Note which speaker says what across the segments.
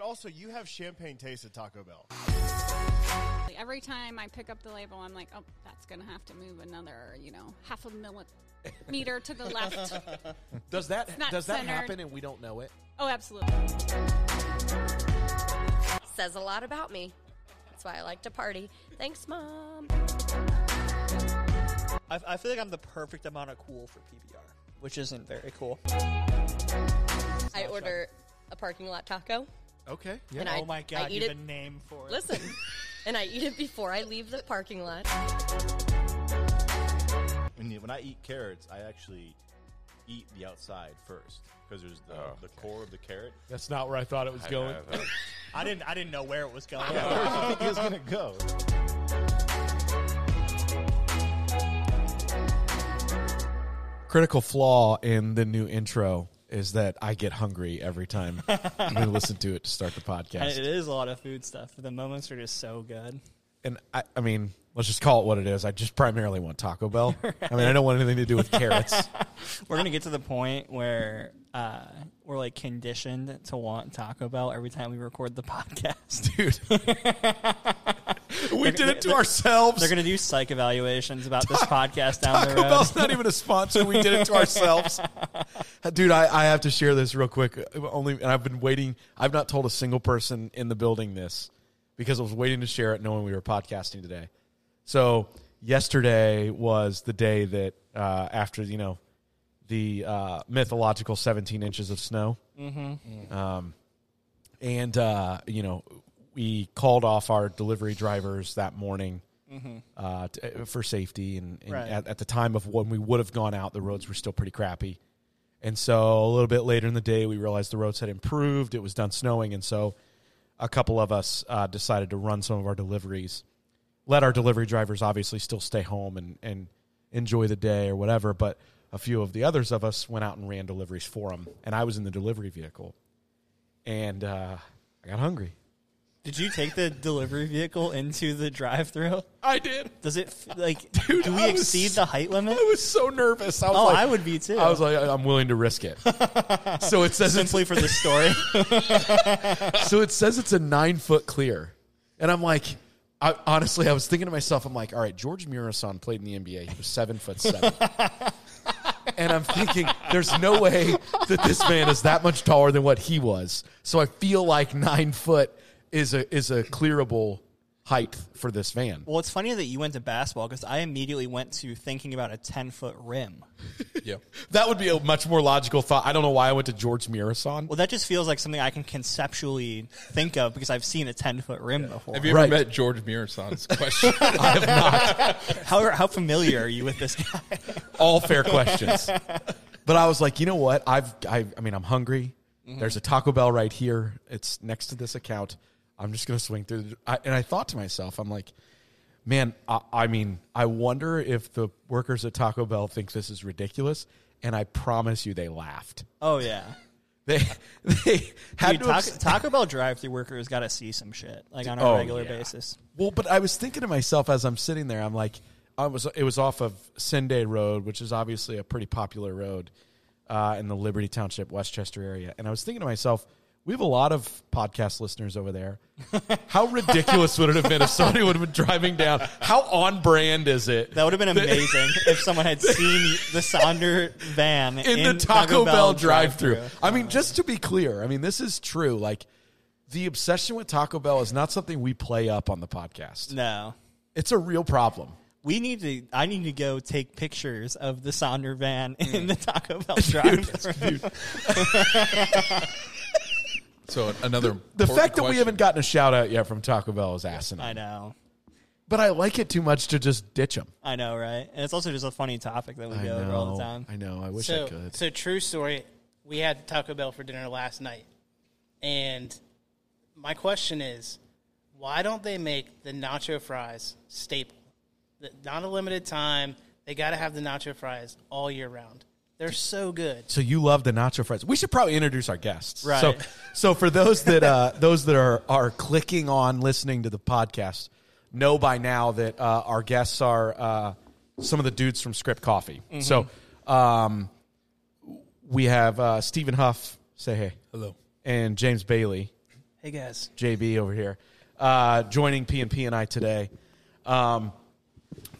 Speaker 1: Also, you have champagne taste at Taco Bell.
Speaker 2: Like, Every time I pick up the label, I'm like, oh, that's going to have to move another, you know, half a millimeter to the left.
Speaker 3: Does that
Speaker 2: not
Speaker 3: does that
Speaker 2: centered.
Speaker 3: happen and we don't know it?
Speaker 2: Oh, absolutely.
Speaker 4: Says a lot about me. That's why I like to party. Thanks, mom.
Speaker 5: I, I feel like I'm the perfect amount of cool for PBR, which isn't very cool.
Speaker 4: I order a parking lot taco.
Speaker 3: Okay.
Speaker 4: And
Speaker 3: Yeah.
Speaker 4: I-
Speaker 5: oh my god,
Speaker 4: eat
Speaker 5: you
Speaker 4: it-
Speaker 5: have a name for it.
Speaker 4: Listen, and I eat it before I leave the parking lot.
Speaker 6: And when I eat carrots, I actually eat the outside first because there's the,
Speaker 7: Oh,
Speaker 6: the
Speaker 7: okay.
Speaker 6: core of the carrot.
Speaker 1: That's not where I thought it was going.
Speaker 5: I didn't I didn't know where it was going.
Speaker 6: I think it's gonna go.
Speaker 3: Critical flaw in the new intro is that I get hungry every time we listen to it to start the
Speaker 5: And
Speaker 3: podcast.
Speaker 5: it is a lot of food stuff. The moments are just so good.
Speaker 3: and I, I mean, let's just call it what it is. I just primarily want Taco Bell. I mean, I don't want anything to do with carrots.
Speaker 5: We're gonna get to the point where uh, we're like conditioned to want Taco Bell every time we record the podcast.
Speaker 3: Dude. we did it to ourselves.
Speaker 5: They're gonna do psych evaluations about this podcast down the
Speaker 3: Taco
Speaker 5: road.
Speaker 3: Bell's not even a sponsor. We did it to ourselves. Dude, I, I have to share this real quick. Only, and I've been waiting. I've not told a single person in the building this because I was waiting to share it, knowing we were podcasting today. So yesterday was the day that uh, after you know the uh, mythological 17 inches of snow. and uh, you know we called off our delivery drivers that morning uh, t- for safety and, and
Speaker 5: Right.
Speaker 3: at, at the time of when we would have gone out the roads were still pretty crappy and so a little bit later in the day we realized the roads had improved it was done snowing and so a couple of us uh, decided to run some of our deliveries let our delivery drivers obviously still stay home and, and enjoy the day or whatever but a few of the others of us went out and ran deliveries for them and i was in the delivery vehicle and uh, I got hungry.
Speaker 5: Did you take the delivery vehicle into the drive-through?
Speaker 3: I did.
Speaker 5: Does it f- like?
Speaker 3: Dude,
Speaker 5: do we
Speaker 3: I was-
Speaker 5: exceed the height limit?
Speaker 3: I was so nervous. I was
Speaker 5: Oh,
Speaker 3: like,
Speaker 5: I would be too.
Speaker 3: I was like, I'm willing to risk it. so it says it's,
Speaker 5: Simply for the story.
Speaker 3: so it says it's a nine foot clear, and I'm like, I, honestly, I was thinking to myself, I'm like, all right, George Murison played in the NBA. He was seven foot seven. And I'm thinking, there's no way that this man is that much taller than what he was. So I feel like nine foot is a is a clearable height for this van.
Speaker 5: well, it's funny that you went to basketball because I immediately went to thinking about a ten foot rim.
Speaker 3: Yeah. That would be a much more logical thought. I don't know why I went to George Murison.
Speaker 5: Well, that just feels like something I can conceptually think of because I've seen a ten foot rim before.
Speaker 7: Have you ever
Speaker 3: Right.
Speaker 7: met George Murason's question?
Speaker 5: how how familiar are you with this guy?
Speaker 3: All fair questions. but I was like, you know what? I've, I, I mean, I'm hungry. There's a Taco Bell right here. It's next to this account. I'm just going to swing through. The, I, and I thought to myself, I'm like, man, I, I mean, I wonder if the workers at Taco Bell think this is ridiculous. And I promise you they laughed.
Speaker 5: Oh yeah.
Speaker 3: They, they had
Speaker 5: Dude,
Speaker 3: to
Speaker 5: Taco,
Speaker 3: abs-
Speaker 5: Taco Bell drive-through workers got to see some shit like on a
Speaker 3: Oh,
Speaker 5: regular
Speaker 3: yeah.
Speaker 5: basis.
Speaker 3: Well, but I was thinking to myself as I'm sitting there, I'm like, I was it was off of Senday Road, which is obviously a pretty popular road uh, in the Liberty Township, Westchester area, and I was thinking to myself, we have a lot of podcast listeners over there. How ridiculous would it have been if somebody would have been driving down? How on brand is it?
Speaker 5: That would have been amazing if someone had seen the Sonder van
Speaker 3: in, the Taco, Bell, drive-through. I mean, just to be clear, I mean this is true. Like the obsession with Taco Bell is not something we play up on the podcast.
Speaker 5: No,
Speaker 3: It's a real problem.
Speaker 5: we need to. I need to go take pictures of the Sonder van
Speaker 3: Mm.
Speaker 5: in the Taco Bell drive-through.
Speaker 7: so another
Speaker 3: The fact that we haven't gotten a shout out yet from Taco Bell is asinine.
Speaker 5: I know,
Speaker 3: But I like it too much to just ditch them.
Speaker 5: I know, right? And it's also just a funny topic that we go over all the time.
Speaker 3: I know. I wish
Speaker 8: so,
Speaker 3: I could.
Speaker 8: so true story. We had Taco Bell for dinner last night, and my question is, why don't they make the nacho fries staple? The- Not a limited time. They got to have the nacho fries all year round. They're so good.
Speaker 3: So you love the nacho fries. We should probably introduce our guests.
Speaker 5: Right.
Speaker 3: So, so for those that uh, those that are are clicking on listening to the podcast, know by now that uh, our guests are uh, some of the dudes from Script Coffee.
Speaker 5: Mm-hmm.
Speaker 3: So, um, we have uh, Stephen Huff. Say hey.
Speaker 7: Hello.
Speaker 3: And James Bailey.
Speaker 8: Hey guys,
Speaker 3: JB over here, uh, joining P and P and I today. Um,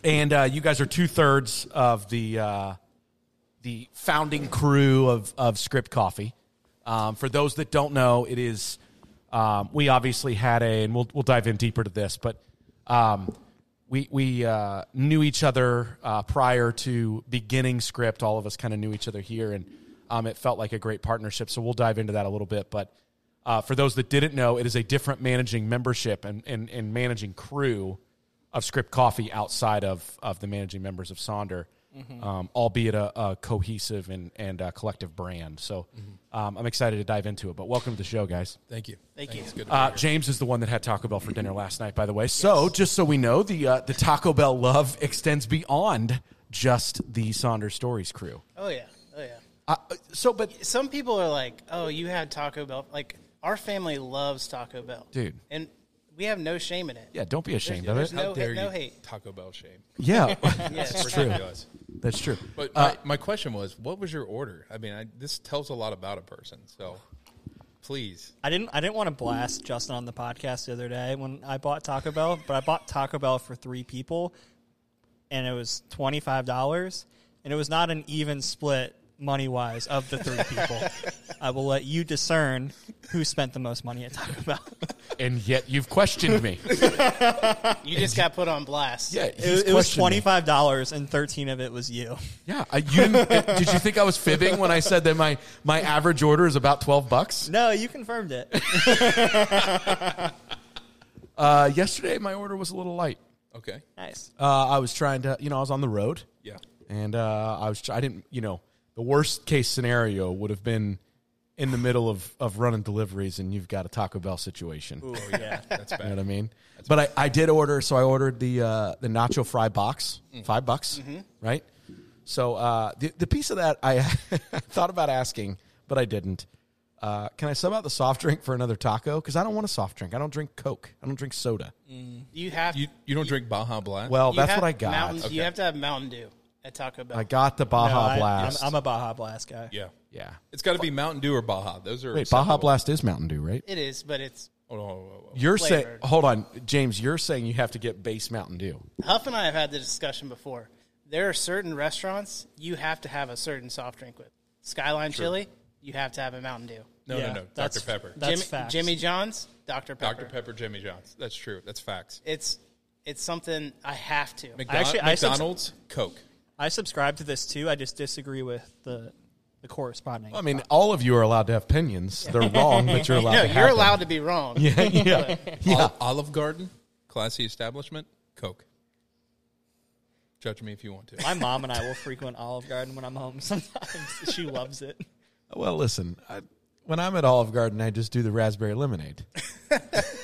Speaker 3: and uh, you guys are two thirds of the uh, the founding crew of of Script Coffee. Um, for those that don't know, it is um, we obviously had a, and we'll we'll dive in deeper to this, but um, we we uh, knew each other uh, prior to beginning Script. All of us kind of knew each other here, and um, it felt like a great partnership. So we'll dive into that a little bit, but. Uh, for those that didn't know, it is a different managing membership and, and, and managing crew of Script Coffee outside of, of the managing members of Sonder, um, albeit a, a cohesive and, and a collective brand. So um, I'm excited to dive into it. But welcome to the show, guys.
Speaker 7: Thank you.
Speaker 8: Thank you.
Speaker 7: It's good to be
Speaker 3: Uh,
Speaker 7: here.
Speaker 3: James is the one that had Taco Bell for dinner last night, by the way. So just so we know, the, uh, the Taco Bell love extends beyond just the Sonder Stories crew.
Speaker 8: oh yeah, oh yeah.
Speaker 3: Uh, so, but
Speaker 8: some people are like, "Oh, you had Taco Bell." Like our family loves Taco Bell,
Speaker 3: Dude.
Speaker 8: and we have no shame in it.
Speaker 3: yeah, don't be ashamed of
Speaker 8: There's
Speaker 3: it.
Speaker 7: How
Speaker 8: no
Speaker 7: dare
Speaker 8: hate, no
Speaker 7: you
Speaker 8: hate.
Speaker 7: Taco Bell shame.
Speaker 3: Yeah,
Speaker 8: Yes.
Speaker 3: true. Uh,
Speaker 6: Ridiculous.
Speaker 3: that's true.
Speaker 7: But my, my question was, what was your order? I mean, I, this tells a lot about a person. So please,
Speaker 5: I didn't. I didn't want to blast Justin on the podcast the other day when I bought Taco Bell, but I bought Taco Bell for three people, and it was twenty five dollars, and it was not an even split money wise of the three people. I will let you discern who spent the most money at Taco Bell.
Speaker 3: and yet you've questioned me.
Speaker 8: You just got put on blast.
Speaker 3: Yeah, he's
Speaker 5: It, it was
Speaker 3: questioned me.
Speaker 5: twenty five dollars, and thirteen of it was you.
Speaker 3: Yeah, I, you didn't, did you think I was fibbing when I said that my my average order is about twelve bucks?
Speaker 5: No, you confirmed it.
Speaker 3: Uh, yesterday, my order was a little light.
Speaker 7: okay,
Speaker 5: Nice.
Speaker 3: Uh, I was trying to, you know, I was on the road,
Speaker 7: yeah,
Speaker 3: and uh, I was tr- I didn't, you know, the worst case scenario would have been in the middle of of running deliveries, and you've got a Taco Bell situation.
Speaker 5: Oh yeah.
Speaker 7: that's
Speaker 3: You know
Speaker 7: bad.
Speaker 3: what I mean? but I, I did order, so I ordered the uh, the nacho fry box, five bucks, right? So uh, the the piece of that I thought about asking, but I didn't. Uh, can I sub out the soft drink for another taco? Because I don't want a soft drink. I don't drink Coke. I don't drink soda.
Speaker 8: You have
Speaker 7: You you don't drink Baja Black?
Speaker 3: Well,
Speaker 8: you
Speaker 3: that's
Speaker 8: have
Speaker 3: what I got.
Speaker 8: Mountain, You have to have Mountain Dew at Taco Bell.
Speaker 3: I got the Baja
Speaker 5: No, I-
Speaker 3: Blast.
Speaker 5: I'm, I'm a Baja Blast guy.
Speaker 7: yeah,
Speaker 3: yeah.
Speaker 7: It's got to be Mountain Dew or Baja. Those are
Speaker 3: Wait, Baja
Speaker 7: acceptable. Oh,
Speaker 3: Blast is Mountain Dew, right?
Speaker 8: it is, but it's
Speaker 7: Hold on, hold on, hold on.
Speaker 3: You're saying,
Speaker 8: flavored.
Speaker 3: hold on, James. You're saying you have to get base Mountain Dew.
Speaker 8: Huff and I have had the discussion before. There are certain restaurants you have to have a certain soft drink with. Skyline Chili, you have to have a Mountain Dew.
Speaker 7: No,
Speaker 5: Yeah,
Speaker 7: no, no, Dr
Speaker 5: that's-
Speaker 7: Pepper,
Speaker 5: That's
Speaker 8: Jimmy,
Speaker 5: facts.
Speaker 8: Jimmy John's, Dr. Pepper.
Speaker 7: Dr Pepper, Jimmy John's. That's true. That's facts.
Speaker 8: It's it's something I have to.
Speaker 7: McDon-
Speaker 5: Actually, I subs-
Speaker 7: McDonald's Coke.
Speaker 5: I subscribe to this too. I just disagree with the the corresponding.
Speaker 3: I mean, all of you are allowed to have opinions. They're wrong, but you're allowed.
Speaker 8: no,
Speaker 3: to
Speaker 8: you're
Speaker 3: have them.
Speaker 8: allowed to be wrong.
Speaker 3: yeah, yeah.
Speaker 7: Ol- Olive Garden, classy establishment, Coke. Judge me if you want to.
Speaker 5: My mom and I will frequent Olive Garden when I'm home sometimes. She loves it.
Speaker 3: Well, listen, I, when I'm at Olive Garden, I just do the raspberry lemonade.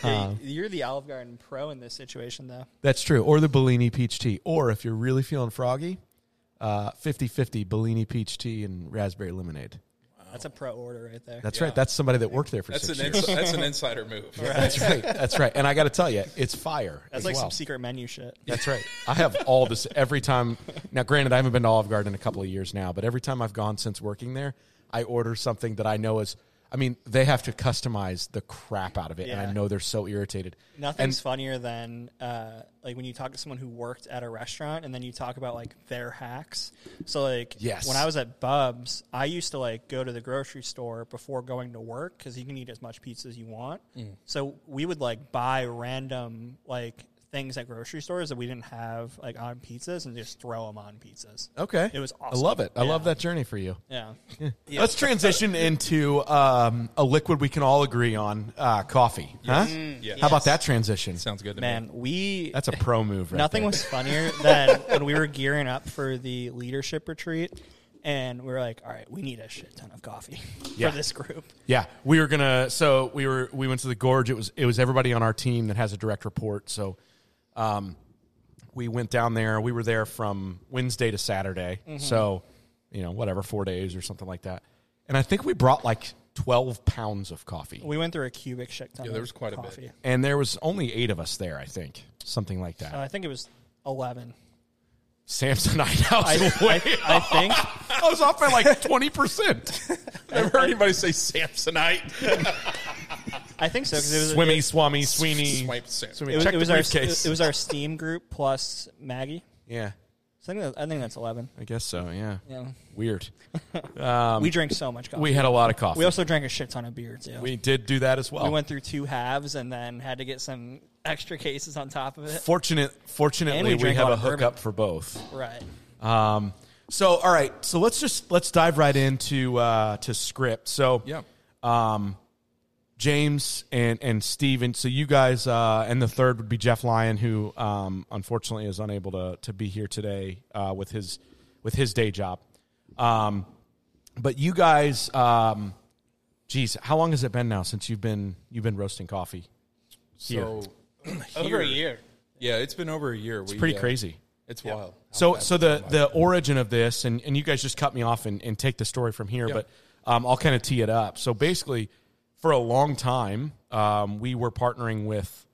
Speaker 3: Uh,
Speaker 5: You're the Olive Garden pro in this situation, though.
Speaker 3: That's true. Or the Bellini peach tea. Or if you're really feeling froggy, uh, 50-50 Bellini peach tea and raspberry lemonade.
Speaker 5: That's a pro order right there.
Speaker 3: That's right. That's somebody that worked there for
Speaker 7: That's
Speaker 3: six
Speaker 7: an
Speaker 3: years.
Speaker 7: ins- that's an insider move.
Speaker 3: That's right. That's right. And I got to tell you, it's fire.
Speaker 5: That's
Speaker 3: as
Speaker 5: like
Speaker 3: well.
Speaker 5: some secret menu shit.
Speaker 3: That's right. I have all this every time. Now, granted, I haven't been to Olive Garden in a couple of years now, but every time I've gone since working there, I order something that I know is. I mean, they have to customize the crap out of it, and I
Speaker 5: Yeah.
Speaker 3: know they're so irritated.
Speaker 5: Nothing's funnier than uh, like when you talk to someone who worked at a restaurant and then you talk about like their hacks. So like
Speaker 3: Yes.
Speaker 5: when I was at Bub's, I used to like go to the grocery store before going to work because you can eat as much pizza as you want.
Speaker 3: Mm.
Speaker 5: So we would like buy random like things at grocery stores that we didn't have like on pizzas and just throw them on pizzas.
Speaker 3: Okay.
Speaker 5: It was
Speaker 3: I
Speaker 5: awesome.
Speaker 3: love it. I
Speaker 5: Yeah.
Speaker 3: love that journey for you.
Speaker 5: Yeah.
Speaker 3: Let's transition into um, a liquid we can all agree on uh, coffee. Huh?
Speaker 7: Yes.
Speaker 5: Mm,
Speaker 3: How about that transition?
Speaker 7: Sounds good to me.
Speaker 5: Man, we
Speaker 3: That's a pro move, right?
Speaker 5: Nothing
Speaker 3: there.
Speaker 5: was funnier than when we were gearing up for the leadership retreat, and we were like, "All right, we need a shit ton of coffee
Speaker 3: Yeah.
Speaker 5: for this group."
Speaker 3: Yeah, we were gonna. So we were. We went to the gorge. It was. It was everybody on our team that has a direct report. So, um, we went down there. We were there from Wednesday to Saturday.
Speaker 5: Mm-hmm.
Speaker 3: So, you know, whatever, four days or something like that. And I think we brought like twelve pounds of coffee.
Speaker 5: We went through a cubic shit ton.
Speaker 7: Yeah, there was quite a bit.
Speaker 5: coffee.
Speaker 3: and there was only eight of us there. I think something like that.
Speaker 5: Uh, I think it was eleven.
Speaker 3: Samsonite house.
Speaker 5: I,
Speaker 3: way.
Speaker 5: I, I think
Speaker 3: I was off by like twenty percent.
Speaker 7: Never heard anybody say Samsonite.
Speaker 5: I think so because it was
Speaker 3: Swimmy, Swami, Sweeney.
Speaker 7: Swipe suit.
Speaker 3: Swimmy,
Speaker 5: It was,
Speaker 3: check
Speaker 5: it was
Speaker 3: the
Speaker 5: our
Speaker 3: briefcase.
Speaker 5: it was our Steam group plus Maggie.
Speaker 3: yeah,
Speaker 5: So I think that, I think that's eleven.
Speaker 3: I guess so. Yeah.
Speaker 5: Yeah,
Speaker 3: Weird.
Speaker 5: we drank so much coffee.
Speaker 3: We
Speaker 5: We,
Speaker 3: had a lot of coffee.
Speaker 5: also drank a shit ton of beer too.
Speaker 3: We did do that as well.
Speaker 5: we went through two halves and then had to get some extra cases on top of it.
Speaker 3: Fortunate, fortunately,
Speaker 5: And
Speaker 3: we,
Speaker 5: we drank a
Speaker 3: have
Speaker 5: lot
Speaker 3: a
Speaker 5: of bourbon.
Speaker 3: hookup for both.
Speaker 5: Right.
Speaker 3: Um, so, all right. So let's just let's dive right into uh, to script. So,
Speaker 7: Yeah.
Speaker 3: Um, James and and Steven, so you guys, uh, and the third would be Jeff Lyon, who um, unfortunately is unable to to be here today uh, with his with his day job. Um, but you guys, um, geez, how long has it been now since you've been you've been roasting coffee?
Speaker 7: So
Speaker 8: Over a year.
Speaker 7: Yeah, it's been over a year. It's
Speaker 3: Pretty crazy.
Speaker 7: It's wild.
Speaker 3: So, so the, the origin of this, and, and you guys just cut me off and, and take the story from here, but um, I'll kind of tee it up. So, basically, for a long time, um, we were partnering with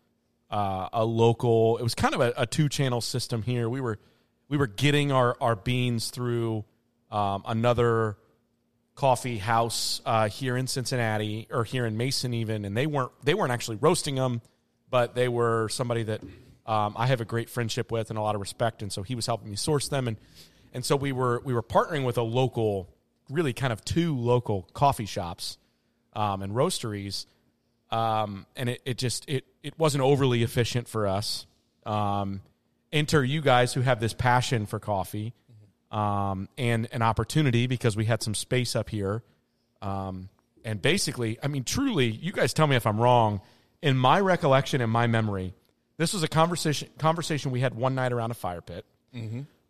Speaker 3: uh, a local. It was kind of a, a two channel system here. We were we were getting our our beans through um, another coffee house uh, here in Cincinnati or here in Mason even, and they weren't they weren't actually roasting them, but they were somebody that um, I have a great friendship with and a lot of respect, and so he was helping me source them, and and so we were we were partnering with a local, really kind of two local coffee shops um, and roasteries, um, and it, it just it it wasn't overly efficient for us. Um, enter you guys who have this passion for coffee um, and an opportunity because we had some space up here. Um, and basically, I mean, truly, you guys tell me if I'm wrong. In my recollection, in my memory, this was a conversation conversation we had one night around a fire pit.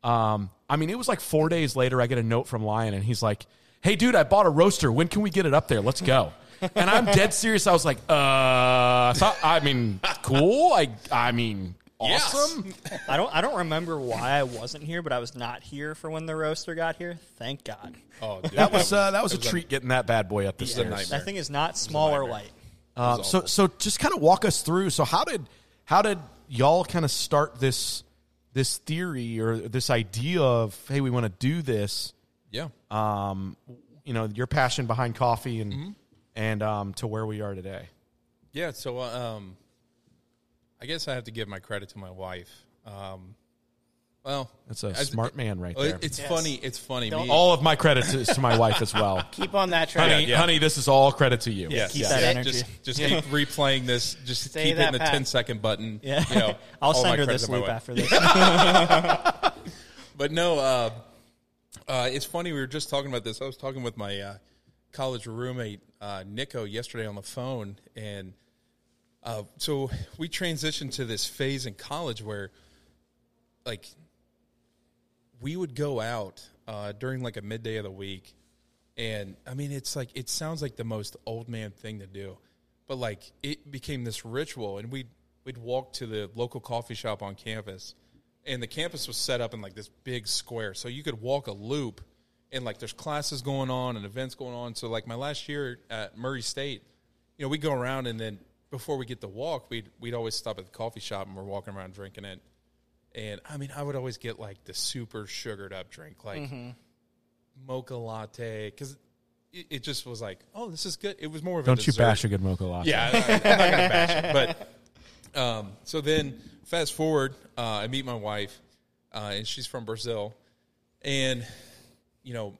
Speaker 3: Um, I mean, it was like four days later, I get a note from Lion, and he's like, "Hey, dude, I bought a roaster. When can we get it up there? Let's go." And I'm dead serious. I was like, "Uh, so, I mean, cool. I, I mean, awesome.
Speaker 5: I don't I don't remember why I wasn't here, but I was not here for when the roaster got here. Thank God.
Speaker 7: Oh, dude,
Speaker 3: That was uh, that was a
Speaker 7: it was a-
Speaker 3: treat getting that bad boy up the
Speaker 7: was a
Speaker 3: stairs.
Speaker 7: nightmare.
Speaker 5: That thing is not small or light.
Speaker 3: Um, so so just kind of walk us through. So how did how did y'all kind of start this this theory or this idea of hey, we want to do this?
Speaker 7: Yeah.
Speaker 3: Um, you know, your passion behind coffee and and um, to where we are today.
Speaker 7: Yeah, so uh, um, I guess I have to give my credit to my wife. Um, well,
Speaker 3: That's a
Speaker 7: as-
Speaker 3: smart man right
Speaker 7: Well, it-
Speaker 3: there.
Speaker 7: It's funny. It's funny.
Speaker 8: Don't-
Speaker 7: Me-
Speaker 3: all of my credit is to my wife as well.
Speaker 8: Keep on that track.
Speaker 3: honey, honey, this is all credit to you.
Speaker 7: Yes,
Speaker 5: Keep
Speaker 7: yes,
Speaker 5: that
Speaker 7: yes.
Speaker 5: energy.
Speaker 7: Just, just keep replaying this. Just
Speaker 8: Say
Speaker 7: keep
Speaker 8: that,
Speaker 7: hitting the
Speaker 8: Pat.
Speaker 7: 10 second button.
Speaker 5: Yeah.
Speaker 7: You know,
Speaker 5: I'll
Speaker 7: all my
Speaker 5: send her
Speaker 7: credit
Speaker 5: this
Speaker 7: to my
Speaker 5: loop
Speaker 7: wife.
Speaker 5: after this.
Speaker 7: But no, uh, uh, it's funny. We were just talking about this. I was talking with my uh, college roommate uh, Nico yesterday on the phone, and uh, so we transitioned to this phase in college where, like, we would go out uh, during like a midday of the week, and I mean, it's like it sounds like the most old man thing to do, but like it became this ritual, and we we'd walk to the local coffee shop on campus, and the campus was set up in like this big square, so you could walk a loop, and like there's classes going on and events going on. So like my last year at Murray State, you know, we go around and then before we get to walk, we'd we'd always stop at the coffee shop and we're walking around drinking it. And I mean, I would always get like the super sugared up drink, like mocha latte, because it, it just was like, oh, this is good. It was more of a
Speaker 3: Don't you
Speaker 7: dessert.
Speaker 3: bash a good mocha latte.
Speaker 7: Yeah, I, am not gonna bash it. But um, so then, fast forward, uh, I meet my wife, uh, and she's from Brazil, and you know,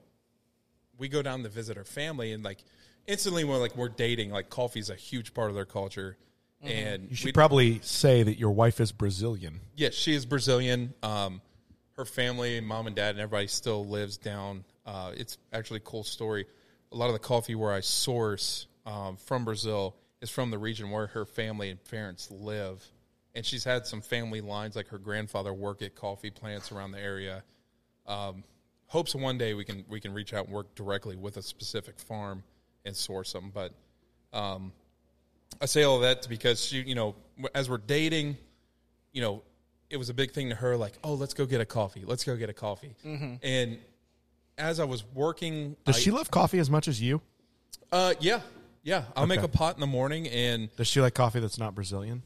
Speaker 7: we go down to visit her family, and like instantly we're like we're dating. Like coffee's a huge part of their culture, and
Speaker 3: You should
Speaker 7: we-
Speaker 3: probably say that your wife is Brazilian.
Speaker 7: yeah, she is Brazilian. Um, her family, mom and dad, and everybody still lives down. Uh, it's actually a cool story. A lot of the coffee where I source um, from Brazil is from the region where her family and parents live, and she's had some family lines like her grandfather work at coffee plants around the area. Um, hopes one day we can we can reach out and work directly with a specific farm and source them, but. Um, I say all that because she, you know, as we're dating, you know, it was a big thing to her, like, oh, let's go get a coffee. Let's go get a coffee. And as I was working,
Speaker 3: Mm-hmm. Does
Speaker 7: I-
Speaker 3: she love coffee as much as you?
Speaker 7: Uh, yeah, yeah. I'll make
Speaker 3: Okay.
Speaker 7: a pot in the morning, and
Speaker 3: Does she like coffee that's not Brazilian?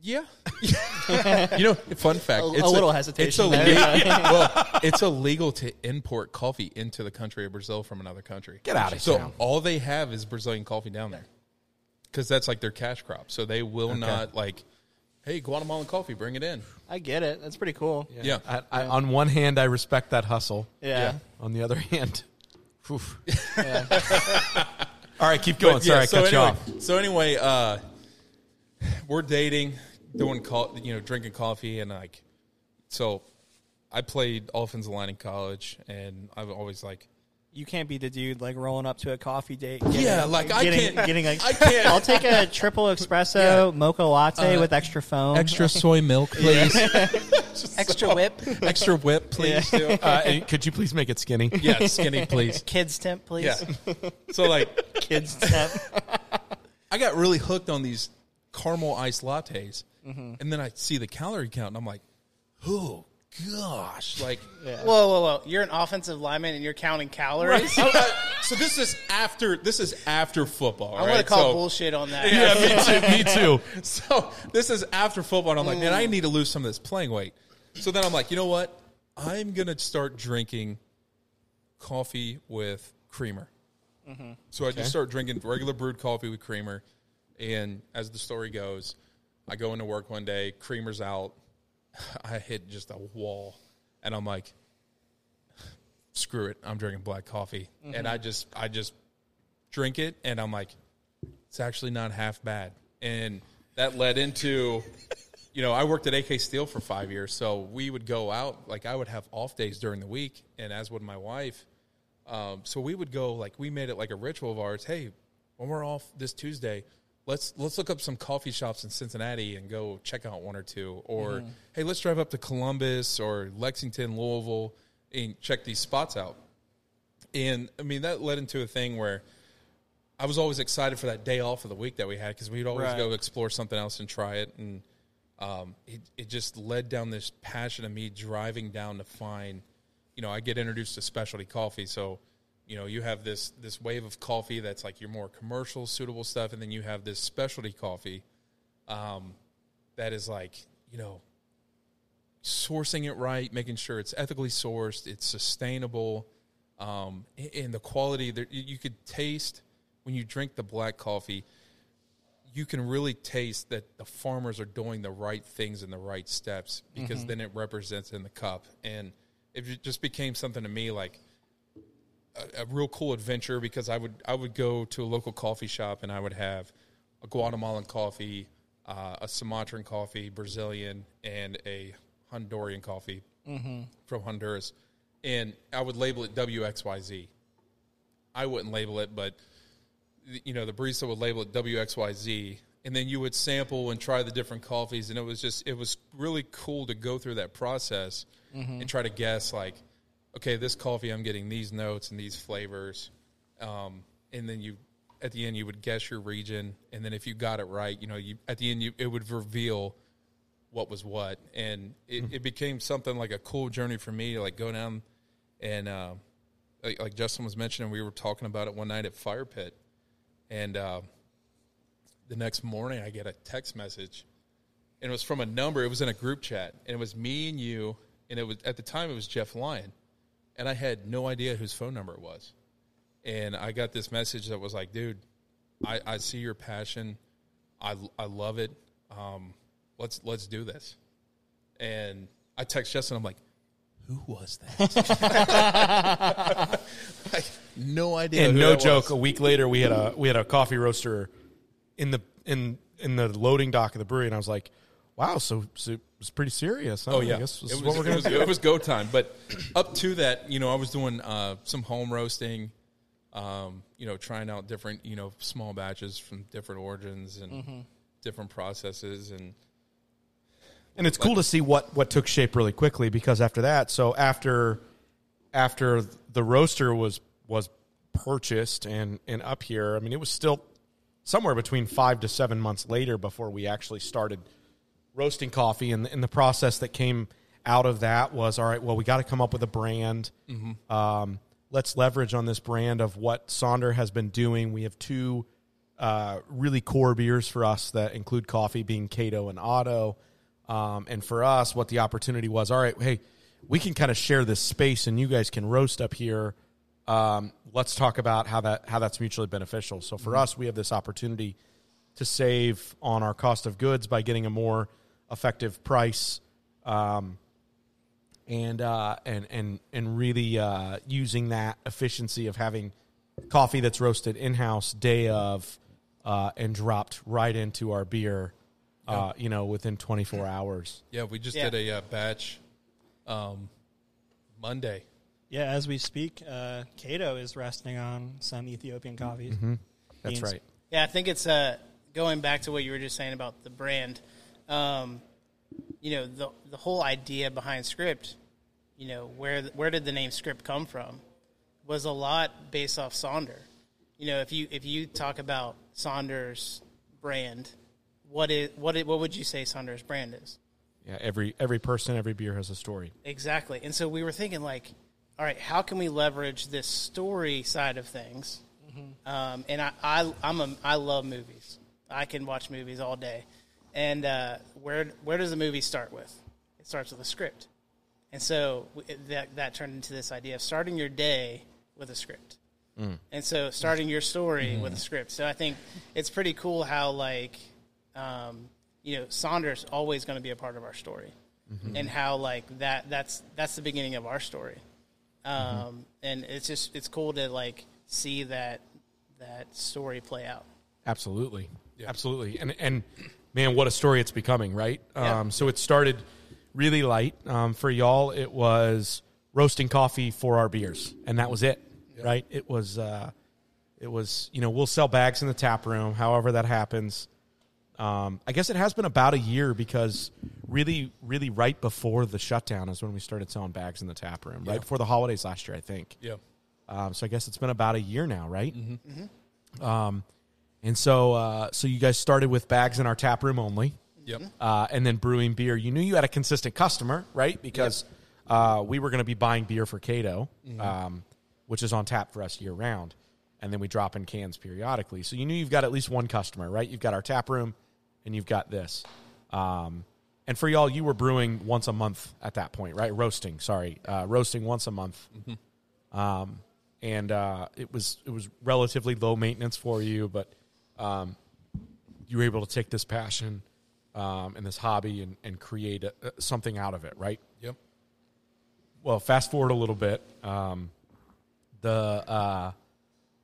Speaker 7: yeah, you know, fun fact,
Speaker 5: A- a little hesitation
Speaker 7: It's, a
Speaker 5: there.
Speaker 7: well, it's illegal to import coffee into the country of Brazil from another country.
Speaker 3: Get outta
Speaker 7: So
Speaker 3: town.
Speaker 7: all they have is Brazilian coffee down there. because that's like their cash crop. So they will not like, hey, Guatemalan coffee, bring it in.
Speaker 5: I get it. That's pretty cool. Yeah.
Speaker 7: Yeah,
Speaker 3: I, oh, I, on one hand, I respect that hustle.
Speaker 7: Yeah.
Speaker 3: On the other hand, phew. all right, keep going.
Speaker 7: But, yeah,
Speaker 3: Sorry, I cut you
Speaker 7: anyway,
Speaker 3: off.
Speaker 7: So anyway, uh, we're dating, doing co- you know, drinking coffee, and like, so I played offensive line in college, and I've always like,
Speaker 5: You can't be the dude like rolling up to a coffee date. Getting,
Speaker 7: Yeah, like, I
Speaker 5: getting,
Speaker 7: can't-
Speaker 5: Getting like
Speaker 7: I can't. Uh-huh.
Speaker 5: I'll take a triple espresso mocha latte with extra foam.
Speaker 7: soy milk, please.
Speaker 8: Extra whip,
Speaker 7: Extra whip, please. too.
Speaker 3: Uh, and could you please make it skinny?
Speaker 7: Yeah, skinny, please.
Speaker 8: kids temp, please.
Speaker 7: Yeah. So like,
Speaker 5: kids temp.
Speaker 7: I got really hooked on these caramel iced lattes,
Speaker 8: Mm-hmm.
Speaker 7: and then I see the calorie count, and I'm like, oh gosh, like.
Speaker 8: Whoa, whoa, whoa! You're an offensive lineman and you're counting calories.
Speaker 7: Oh, uh, so this is after this is after football.
Speaker 8: I
Speaker 7: right?
Speaker 8: want to call
Speaker 7: so,
Speaker 8: bullshit on that.
Speaker 7: Yeah, me
Speaker 3: me too.
Speaker 7: so this is after football, and I'm like, man, I need to lose some of this playing weight. So then I'm like, you know what? I'm gonna start drinking coffee with creamer. So I just start drinking regular brewed coffee with creamer, and as the story goes, I go into work one day, creamer's out. I hit just a wall, and I'm like, screw it, I'm drinking black coffee, and I just I just drink it, and I'm like, it's actually not half bad. And that led into, you know, I worked at AK Steel for five years. So we would go out, like, I would have off days during the week, and as would my wife. Um, so we would go, like, we made it like a ritual of ours. Hey, when we're off this Tuesday, Let's let's look up some coffee shops in Cincinnati and go check out one or two. Or hey, let's drive up to Columbus or Lexington, Louisville, and check these spots out. And I mean that led into a thing where I was always excited for that day off of the week that we had because we'd always
Speaker 5: Right.
Speaker 7: go explore something else and try it, and um, it it just led down this passion of me driving down to find, you know, I get introduced to specialty coffee, so you know you have this this wave of coffee that's like your more commercial suitable stuff, and then you have this specialty coffee, um, that is like you know sourcing it right, making sure it's ethically sourced, it's sustainable, um, a- and the quality that you- you could taste when you drink the black coffee. You can really taste that the farmers are doing the right things and the right steps because then it represents in the cup, and it ju- just became something to me like a real cool adventure because I would I would go to a local coffee shop and I would have a Guatemalan coffee, uh, a Sumatran coffee, Brazilian, and a Honduran coffee from Honduras, and I would label it WXYZ. I wouldn't label it, but th- you know the barista would label it WXYZ, and then you would sample and try the different coffees, and it was just it was really cool to go through that process and try to guess like, okay, this coffee I'm getting these notes and these flavors, um, and then you at the end you would guess your region, and then if you got it right, you know you at the end you it would reveal what was what, and it, it became something like a cool journey for me to like go down and. Uh, like, like Justin was mentioning, we were talking about it one night at Fire Pit, and uh, the next morning, I get a text message, and it was from a number. It was in a group chat, and it was me and you, and it was at the time it was Jeff Lyon, and I had no idea whose phone number it was, and I got this message that was like, "Dude, I, I see your passion, I I love it. Um, let's let's do this," and I text Justin. I'm like, "Who was that?" Like, no idea.
Speaker 3: and
Speaker 7: who
Speaker 3: no
Speaker 7: that was.
Speaker 3: joke, a week later we had a we had a coffee roaster in the in in the loading dock of the brewery, and I was like, wow, so, so it was pretty serious. huh?
Speaker 7: Oh yeah,
Speaker 3: I guess this
Speaker 7: it
Speaker 3: is what
Speaker 7: was,
Speaker 3: we're
Speaker 7: it
Speaker 3: gonna
Speaker 7: was,
Speaker 3: do.
Speaker 7: It was go time, but up to that, you know, I was doing uh, some home roasting, um, you know, trying out different, you know, small batches from different origins and
Speaker 3: Mm-hmm.
Speaker 7: different processes, and
Speaker 3: And it's cool to see what what took shape really quickly because after that, so after after the roaster was was purchased and and up here, I mean it was still somewhere between 5 to 7 months later before we actually started roasting coffee and and the process that came out of that was all right, well we got to come up with a brand. Um let's leverage on this brand of what Sonder has been doing. We have two uh, really core beers for us that include coffee being Cato and Otto. Um, and for us, what the opportunity was all right, hey, we can kind of share this space and you guys can roast up here. Um, let's talk about how that how that's mutually beneficial. So for us, we have this opportunity to save on our cost of goods by getting a more effective price, um, and uh, and and and really uh, using that efficiency of having coffee that's roasted in house day of uh, and dropped right into our beer, uh, you know, within 24 hours.
Speaker 7: Yeah, we just
Speaker 8: Yeah.
Speaker 7: did a uh, batch um, Monday.
Speaker 5: Yeah, as we speak, uh, Cato is resting on some Ethiopian coffees.
Speaker 7: Mm-hmm.
Speaker 3: That's
Speaker 5: Beans.
Speaker 3: right.
Speaker 8: Yeah, I think it's uh, going back to what you were just saying about the brand. Um, you know, the the whole idea behind Script, you know, where where did the name Script come from, was a lot based off Sonder. You know, if you if you talk about Saunders' brand, what is what is, what would you say Saunders' brand is?
Speaker 3: Yeah, every every person, every beer has a story.
Speaker 8: Exactly. And so we were thinking, like, all right, how can we leverage this story side of things? Um, and I, I, I'm a, I love movies. I can watch movies all day. And uh, where, where does a movie start with? It starts with a script. And so w- it- that, that turned into this idea of starting your day with a script. And so starting your story with a script. So I think it's pretty cool how, like, um, you know, Saunders always going to be a part of our story, and how like that that's that's the beginning of our story, um, and it's just it's cool to like see that that story play out.
Speaker 3: Absolutely. Absolutely. And and man, what a story it's becoming, right? Um so it started really light. Um for y'all it was roasting coffee for our beers. And that was it. Right? It was uh it was, you know, we'll sell bags in the tap room, however that happens. Um, I guess it has been about a year because really, really right before the shutdown is when we started selling bags in the tap room, right before the holidays last year, I think.
Speaker 7: Yeah.
Speaker 3: Um, so I guess it's been about a year now, right? Mm-hmm. Um, and so, uh, so you guys started with bags in our tap room only,
Speaker 7: Yep.
Speaker 3: uh, and then brewing beer. You knew you had a consistent customer, right? Because uh, we were going to be buying beer for Cato, um, which is on tap for us year round, and then we drop in cans periodically. So you knew you've got at least one customer, right? You've got our tap room, and you've got this. Um, and for y'all, you were brewing once a month at that point, right? Roasting, sorry, uh, roasting once a month um, and uh, it was it was relatively low maintenance for you, but um, you were able to take this passion um, and this hobby and, and create a, uh, something out of it, right?
Speaker 7: Yep.
Speaker 3: Well, fast forward a little bit, um, the uh,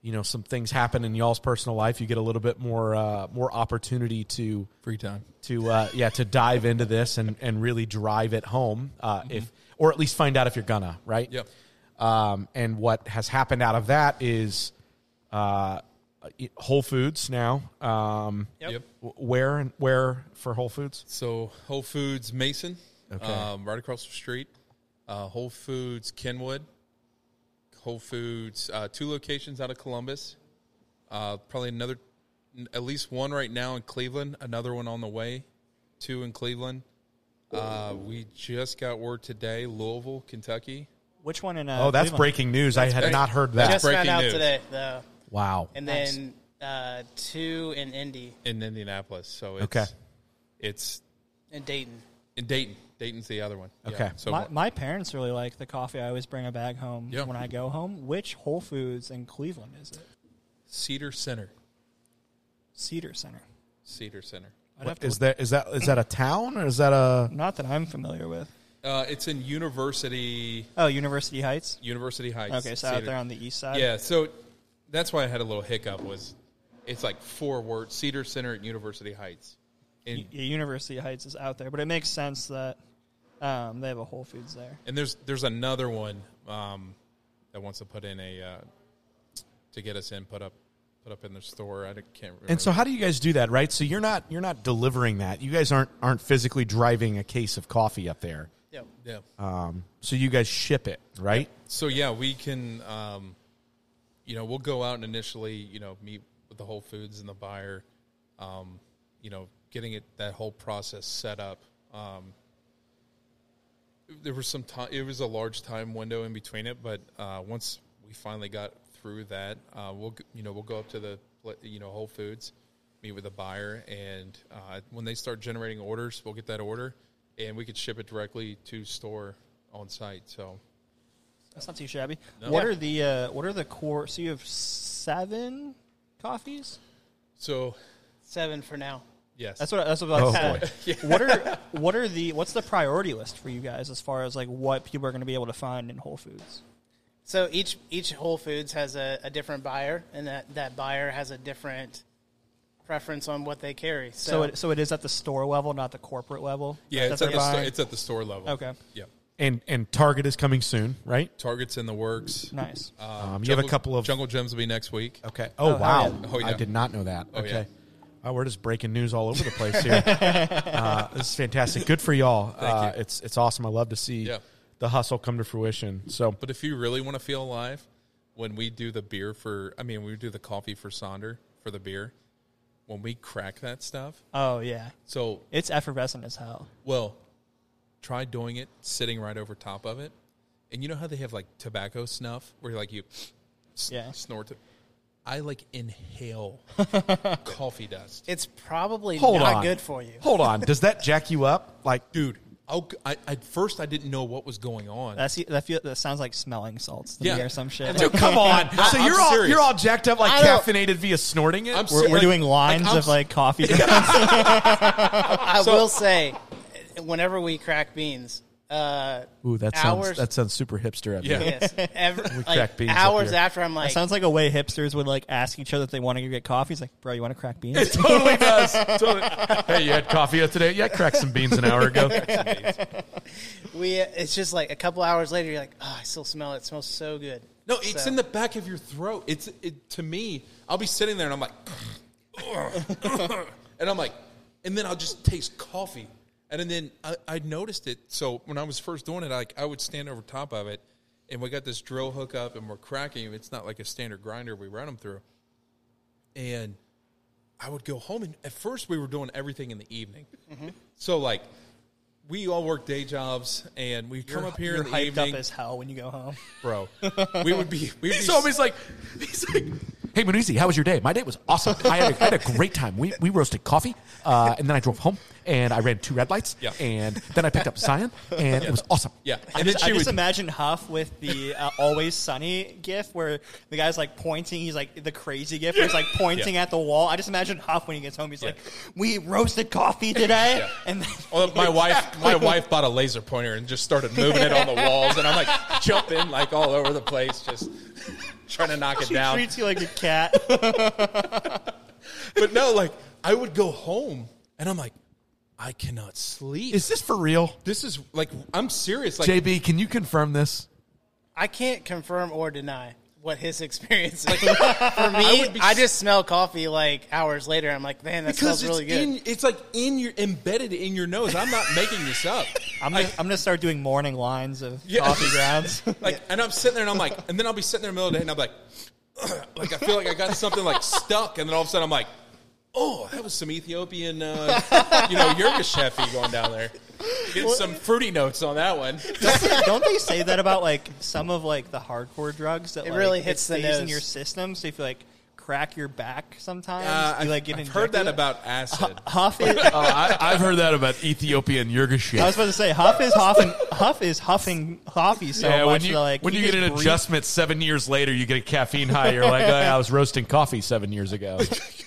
Speaker 3: you know some things happen in y'all's personal life. You get a little bit more uh, more opportunity to
Speaker 7: Free time.
Speaker 3: to uh, yeah to dive into this and and really drive it home uh, if or at least find out if you're gonna right
Speaker 7: Yep.
Speaker 3: um, and what has happened out of that is uh, Whole Foods now um,
Speaker 7: Yep.
Speaker 3: w- where and where for Whole Foods
Speaker 7: So Whole Foods Mason,
Speaker 3: Okay.
Speaker 7: um, right across the street. Uh, Whole Foods Kenwood. Whole Foods, uh, two locations out of Columbus. Uh, probably another, n- at least one right now in Cleveland. Another one on the way. Two in Cleveland.
Speaker 3: Oh.
Speaker 7: Uh, we just got word today, Louisville, Kentucky.
Speaker 5: Which one in? Uh,
Speaker 3: oh that's
Speaker 5: Cleveland?
Speaker 3: breaking news I had
Speaker 7: breaking-
Speaker 3: not heard
Speaker 7: that's
Speaker 3: that
Speaker 8: Just found
Speaker 7: breaking
Speaker 8: out
Speaker 7: news.
Speaker 8: today, though,
Speaker 3: wow
Speaker 8: and
Speaker 5: Nice.
Speaker 8: then uh, two in Indy
Speaker 7: in Indianapolis. So it's,
Speaker 3: Okay.
Speaker 7: it's
Speaker 8: and Dayton.
Speaker 7: in Dayton. Dayton's the other one. Yeah.
Speaker 3: Okay.
Speaker 7: So
Speaker 5: my, my parents really like the coffee. I always bring a bag home
Speaker 7: Yeah.
Speaker 5: when I go home. Which Whole Foods in Cleveland is it?
Speaker 7: Cedar Center.
Speaker 5: Cedar Center.
Speaker 7: Cedar Center.
Speaker 5: I'd have
Speaker 3: What-
Speaker 5: to
Speaker 3: is that is that is that a town or is that a
Speaker 5: Not that I'm familiar with.
Speaker 7: Uh, it's in University
Speaker 5: Oh, University Heights.
Speaker 7: University Heights.
Speaker 5: Okay, so out
Speaker 7: Cedar-
Speaker 5: there on the east side.
Speaker 7: Yeah, so that's why I had a little hiccup. Was it's like four words: Cedar Center at University Heights. And
Speaker 5: U- yeah, University Heights is out there, but it makes sense that um, they have a Whole Foods there.
Speaker 7: and there's there's another one um, that wants to put in a uh, to get us in, put up put up in the store. I don't- can't remember.
Speaker 3: and so how do you guys do that right so you're not you're not delivering that you guys aren't aren't physically driving a case of coffee up there
Speaker 8: Yep.
Speaker 7: yeah.
Speaker 3: um, so you guys ship it right
Speaker 7: So yeah, we can, um, you know, we'll go out and initially, you know, meet with the Whole Foods and the buyer, um, you know, getting it that whole process set up. Um, there was some time; it was a large time window in between it, but uh, once we finally got through that, uh, we'll g- you know we'll go up to the pla- you know Whole Foods, meet with the buyer, and uh, when they start generating orders, we'll get that order, and we could ship it directly to store on site. So.
Speaker 5: That's not too shabby. What
Speaker 7: Yeah.
Speaker 5: are the uh, what are the core? So you have seven coffees.
Speaker 7: So
Speaker 8: seven for now.
Speaker 7: Yes.
Speaker 5: That's what that's what I was
Speaker 3: Oh,
Speaker 5: about to say. What are what are the what's the priority list for you guys as far as like what people are going to be able to find in Whole Foods?
Speaker 8: So each each Whole Foods has a, a different buyer, and that, that buyer has a different preference on what they carry. So,
Speaker 5: So it, so it is at the store level, not the corporate level.
Speaker 7: yeah, it's
Speaker 5: that
Speaker 7: at,
Speaker 5: they're
Speaker 7: the sto-
Speaker 5: buying?
Speaker 7: it's at the store level.
Speaker 5: Okay.
Speaker 7: Yep.
Speaker 3: And and Target is coming soon, right?
Speaker 7: Target's in the works.
Speaker 5: nice.
Speaker 3: Um, you have a couple of
Speaker 7: Uh, Jungle Gems will be next week.
Speaker 3: Okay. Oh, wow.
Speaker 7: Oh, yeah.
Speaker 3: I did not know that.
Speaker 7: Oh,
Speaker 3: okay.
Speaker 7: yeah.
Speaker 3: Wow, we're just breaking news all over the place here. uh, this is fantastic. Good for y'all. uh,
Speaker 7: you.
Speaker 3: It's it's awesome. I love to see
Speaker 7: Yeah.
Speaker 3: the hustle come to fruition. So
Speaker 7: But if you really want to feel alive, when we do the beer for, I mean, we do the coffee for Sonder for the beer. When we crack that stuff,
Speaker 5: oh yeah,
Speaker 7: so
Speaker 5: it's effervescent as hell.
Speaker 7: well, try doing it sitting right over top of it. And you know how they have like tobacco snuff, where like you s-
Speaker 5: Yeah.
Speaker 7: snort it. I like inhale coffee dust,
Speaker 8: it's probably
Speaker 3: hold
Speaker 8: not
Speaker 3: on.
Speaker 8: good for you.
Speaker 3: Hold on. Does that jack you up? Like,
Speaker 7: dude. I'll, I at first I didn't know what was going on.
Speaker 5: That's that feel that sounds like smelling salts to
Speaker 7: Yeah.
Speaker 5: me or some shit.
Speaker 3: dude, come on. so
Speaker 7: I'm
Speaker 3: you're all
Speaker 7: serious.
Speaker 3: you're all jacked up, like
Speaker 7: I don't-
Speaker 3: caffeinated via snorting it.
Speaker 7: I'm
Speaker 5: we're
Speaker 7: ser-
Speaker 5: we're
Speaker 7: like-
Speaker 5: doing lines
Speaker 7: I'm
Speaker 5: of like coffee.
Speaker 8: I will say, whenever we crack beans, uh,
Speaker 3: Ooh, that sounds
Speaker 8: hours,
Speaker 3: that sounds super hipster. Of
Speaker 7: Yeah.
Speaker 3: you.
Speaker 8: yes, ever, like,
Speaker 3: crack beans up
Speaker 8: hours
Speaker 3: here.
Speaker 8: after, I'm like,
Speaker 5: sounds like a way hipsters would like ask each other if they want to get coffee. It's like, bro, you want to crack beans?
Speaker 3: totally does. Totally. Hey, you had coffee today? Yeah, I cracked some beans an hour ago.
Speaker 8: we. It's just like a couple hours later, you're like, oh, I still smell it. It smells so good.
Speaker 7: No, it's
Speaker 8: So-
Speaker 7: in the back of your throat. It's it, to me. I'll be sitting there and I'm like, and I'm like, and then I'll just taste coffee, and, then I, I noticed it. So when I was first doing it, like I would stand over top of it, and we got this drill hook up, and we're cracking. 'em. It's not like a standard grinder we run them through, and I would go home. And at first, we were doing everything in the evening,
Speaker 5: Mm-hmm.
Speaker 7: so like. We all work day jobs, and we come up here
Speaker 5: you're
Speaker 7: in the
Speaker 5: hyped
Speaker 7: evening,
Speaker 5: up as hell when you go home.
Speaker 7: bro. We would be. We would
Speaker 3: He's
Speaker 7: be
Speaker 3: always like, he's like, hey, Manuzzi, how was your day? My day was awesome. I had a, I had a great time. We, we roasted coffee, uh, and then I drove home, and I ran two red lights,
Speaker 7: Yeah.
Speaker 3: and then I picked up Zion, and it was awesome.
Speaker 7: Yeah,
Speaker 5: I
Speaker 7: and
Speaker 5: just,
Speaker 7: then
Speaker 5: I
Speaker 7: she
Speaker 5: just
Speaker 7: would.
Speaker 5: imagine Huff with the uh, "Always Sunny" gif, where the guy's like pointing. He's like the crazy gif, where he's like pointing
Speaker 7: Yeah.
Speaker 5: at the wall. I just imagine Huff when he gets home. He's
Speaker 7: Yeah.
Speaker 5: like, "We roasted coffee today,"
Speaker 7: Yeah.
Speaker 5: and then,
Speaker 7: Well, Oh, my wife, my wife bought a laser pointer and just started moving it on the walls, and I'm like jumping like all over the place, just trying to knock it
Speaker 5: she
Speaker 7: down.
Speaker 5: treats you like a cat.
Speaker 7: But no, like I would go home and I'm like, I cannot sleep.
Speaker 3: Is this for real?
Speaker 7: this is like I'm serious. Like
Speaker 3: JB, can you confirm this?
Speaker 8: I can't confirm or deny what his experience is. For me, I,
Speaker 7: would be s-
Speaker 8: just smell coffee like hours later. I'm like, man, that
Speaker 7: because
Speaker 8: smells
Speaker 7: it's
Speaker 8: really good.
Speaker 7: in, it's like in your embedded in your nose. I'm not making this up.
Speaker 5: I'm gonna, I'm gonna start doing morning lines of
Speaker 7: Yeah.
Speaker 5: coffee grounds.
Speaker 7: Like, and I'm sitting there and I'm like, and then I'll be sitting there in the middle of the day and I'm like, like I feel like I got something like stuck, and then all of a sudden I'm like, oh, that was some Ethiopian, uh, you know, Yergeshefi going down there. Getting some fruity notes on that one.
Speaker 5: don't, they, don't they say that about like some of like the hardcore drugs that
Speaker 8: It
Speaker 5: like,
Speaker 8: really
Speaker 5: it
Speaker 8: hits the
Speaker 5: stays in
Speaker 8: nose.
Speaker 5: your system? So if you like crack your back sometimes,
Speaker 7: Uh,
Speaker 5: you
Speaker 7: I've,
Speaker 5: like get
Speaker 7: I've heard that
Speaker 5: injected?
Speaker 7: about acid.
Speaker 5: Huff is,
Speaker 3: Oh, I, I've heard that about Ethiopian Yurgishev.
Speaker 5: I was about to say Huff is huffing Huff is huffing coffee so much that, like he just breathes-
Speaker 3: seven years later, you get a caffeine high. You're like, oh, yeah, I was roasting coffee seven years ago.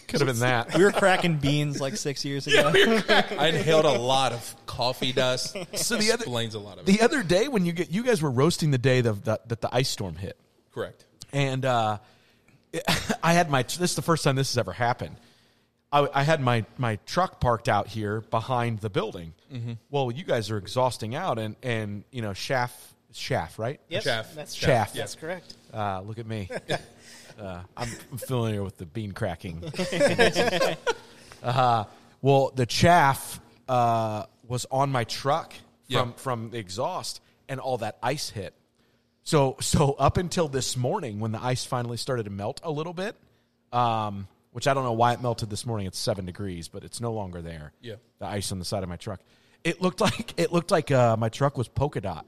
Speaker 3: Could have been that.
Speaker 5: We were cracking beans like six years ago.
Speaker 7: I inhaled a lot of coffee dust.
Speaker 3: So the other-
Speaker 7: explains a lot of it.
Speaker 3: The other day when you get you guys were roasting the day that that, that the ice storm hit,
Speaker 7: Correct.
Speaker 3: and uh, I had my this is the first time this has ever happened. I, I had my my truck parked out here behind the building.
Speaker 5: Mm-hmm.
Speaker 3: Well, you guys are exhausting out, and and you know Shaff Shaff right?
Speaker 8: Yep,
Speaker 7: Chaff.
Speaker 8: That's
Speaker 3: Chaff.
Speaker 8: That's correct.
Speaker 3: Uh, look at me. uh, I'm familiar with the bean cracking. uh, well, the chaff uh, was on my truck from
Speaker 7: Yeah.
Speaker 3: from the exhaust, and all that ice hit. So so up until this morning, when the ice finally started to melt a little bit, um, which I don't know why it melted this morning. It's seven degrees, but it's no longer there.
Speaker 7: Yeah.
Speaker 3: the ice on the side of my truck. It looked like it looked like uh, my truck was polka dot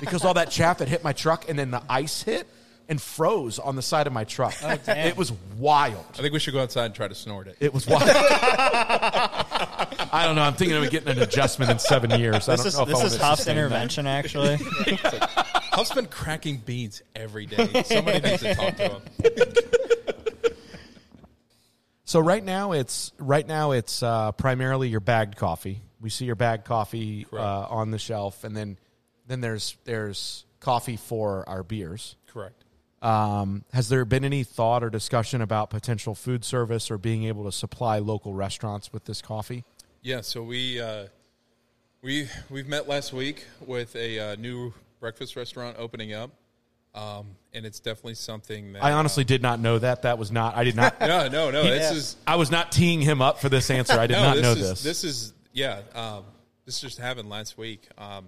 Speaker 3: because all that chaff had hit my truck, and then the ice hit and froze on the side of my truck.
Speaker 5: Oh,
Speaker 3: It was wild.
Speaker 7: I think we should go outside and try to snort it.
Speaker 3: It was wild. I don't know. I'm thinking of getting an adjustment in seven years. I
Speaker 5: This
Speaker 3: don't
Speaker 5: is
Speaker 3: know if
Speaker 5: this
Speaker 3: I'll
Speaker 5: is Huff's
Speaker 3: sustain that.
Speaker 5: intervention actually.
Speaker 7: Huff's been cracking beans every day. Somebody needs to talk to him.
Speaker 3: So right now it's right now it's uh, primarily your bagged coffee. We see your bagged coffee uh, on the shelf, and then then there's there's coffee for our beers.
Speaker 7: Correct.
Speaker 3: Um, has there been any thought or discussion about potential food service or being able to supply local restaurants with this coffee?
Speaker 7: Yeah, so we uh, we we've met last week with a uh, new breakfast restaurant opening up, um, and it's definitely something that
Speaker 3: I honestly did not know that. That was not. I did not.
Speaker 7: no no no this
Speaker 5: Yeah.
Speaker 7: is
Speaker 3: I was not teeing him up for this answer. I did
Speaker 7: no
Speaker 3: not
Speaker 7: this
Speaker 3: know
Speaker 7: is
Speaker 3: this.
Speaker 7: this is yeah um, this just happened last week. Um,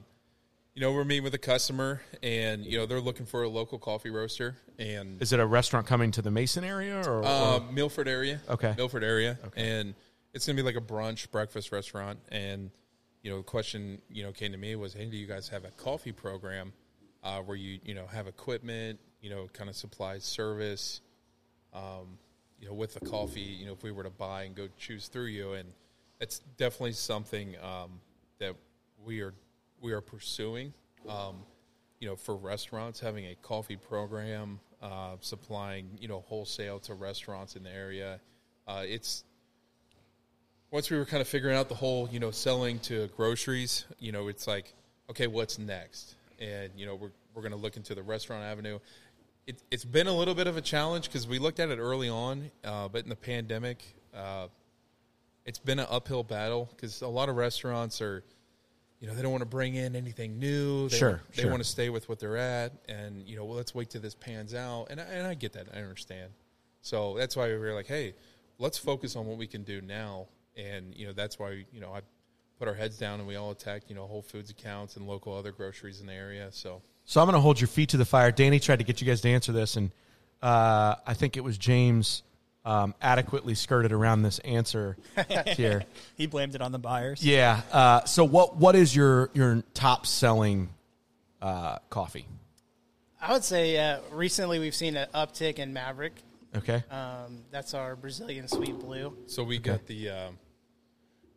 Speaker 7: you know we're meeting with a customer, and you know they're looking for a local coffee roaster, and
Speaker 3: Is it a restaurant coming to the Mason area or? or-
Speaker 7: Um, Milford area.
Speaker 3: Okay.
Speaker 7: Milford area. And it's going to be like a brunch breakfast restaurant. And, you know, the question, you know, came to me was, hey, do you guys have a coffee program uh, where you, you know, have equipment, you know, kind of supply service, um, you know, with the coffee, you know, if we were to buy and go choose through you. And it's definitely something um, that we are, we are pursuing. Um, you know, for restaurants, having a coffee program, uh, supplying, you know, wholesale to restaurants in the area. Uh, it's once we were kind of figuring out the whole, you know, selling to groceries, you know, it's like, okay, what's next? And, you know, we're, we're going to look into the restaurant avenue. It, it's been a little bit of a challenge because we looked at it early on, uh, but in the pandemic, uh, it's been an uphill battle because a lot of restaurants are, you know, they don't want to bring in anything new. They
Speaker 3: Sure,
Speaker 7: want, They
Speaker 3: sure.
Speaker 7: want to stay with what they're at, and you know, well, let's wait till this pans out. And I, and I get that, I understand. So that's why we were like, hey, let's focus on what we can do now. And you know, that's why you know I put our heads down and we all attacked you know Whole Foods accounts and local other groceries in the area. So
Speaker 3: So I'm going to hold your feet to the fire. Danny tried to get you guys to answer this, and uh, I think it was James um, adequately skirted around this answer here.
Speaker 5: He blamed it on the buyers.
Speaker 3: Yeah. Uh, so what what is your your top selling uh, coffee?
Speaker 8: I would say uh, recently we've seen an uptick in Maverick.
Speaker 3: Okay.
Speaker 7: Uh,
Speaker 8: Um, that's our Brazilian sweet blue.
Speaker 7: so we got the um,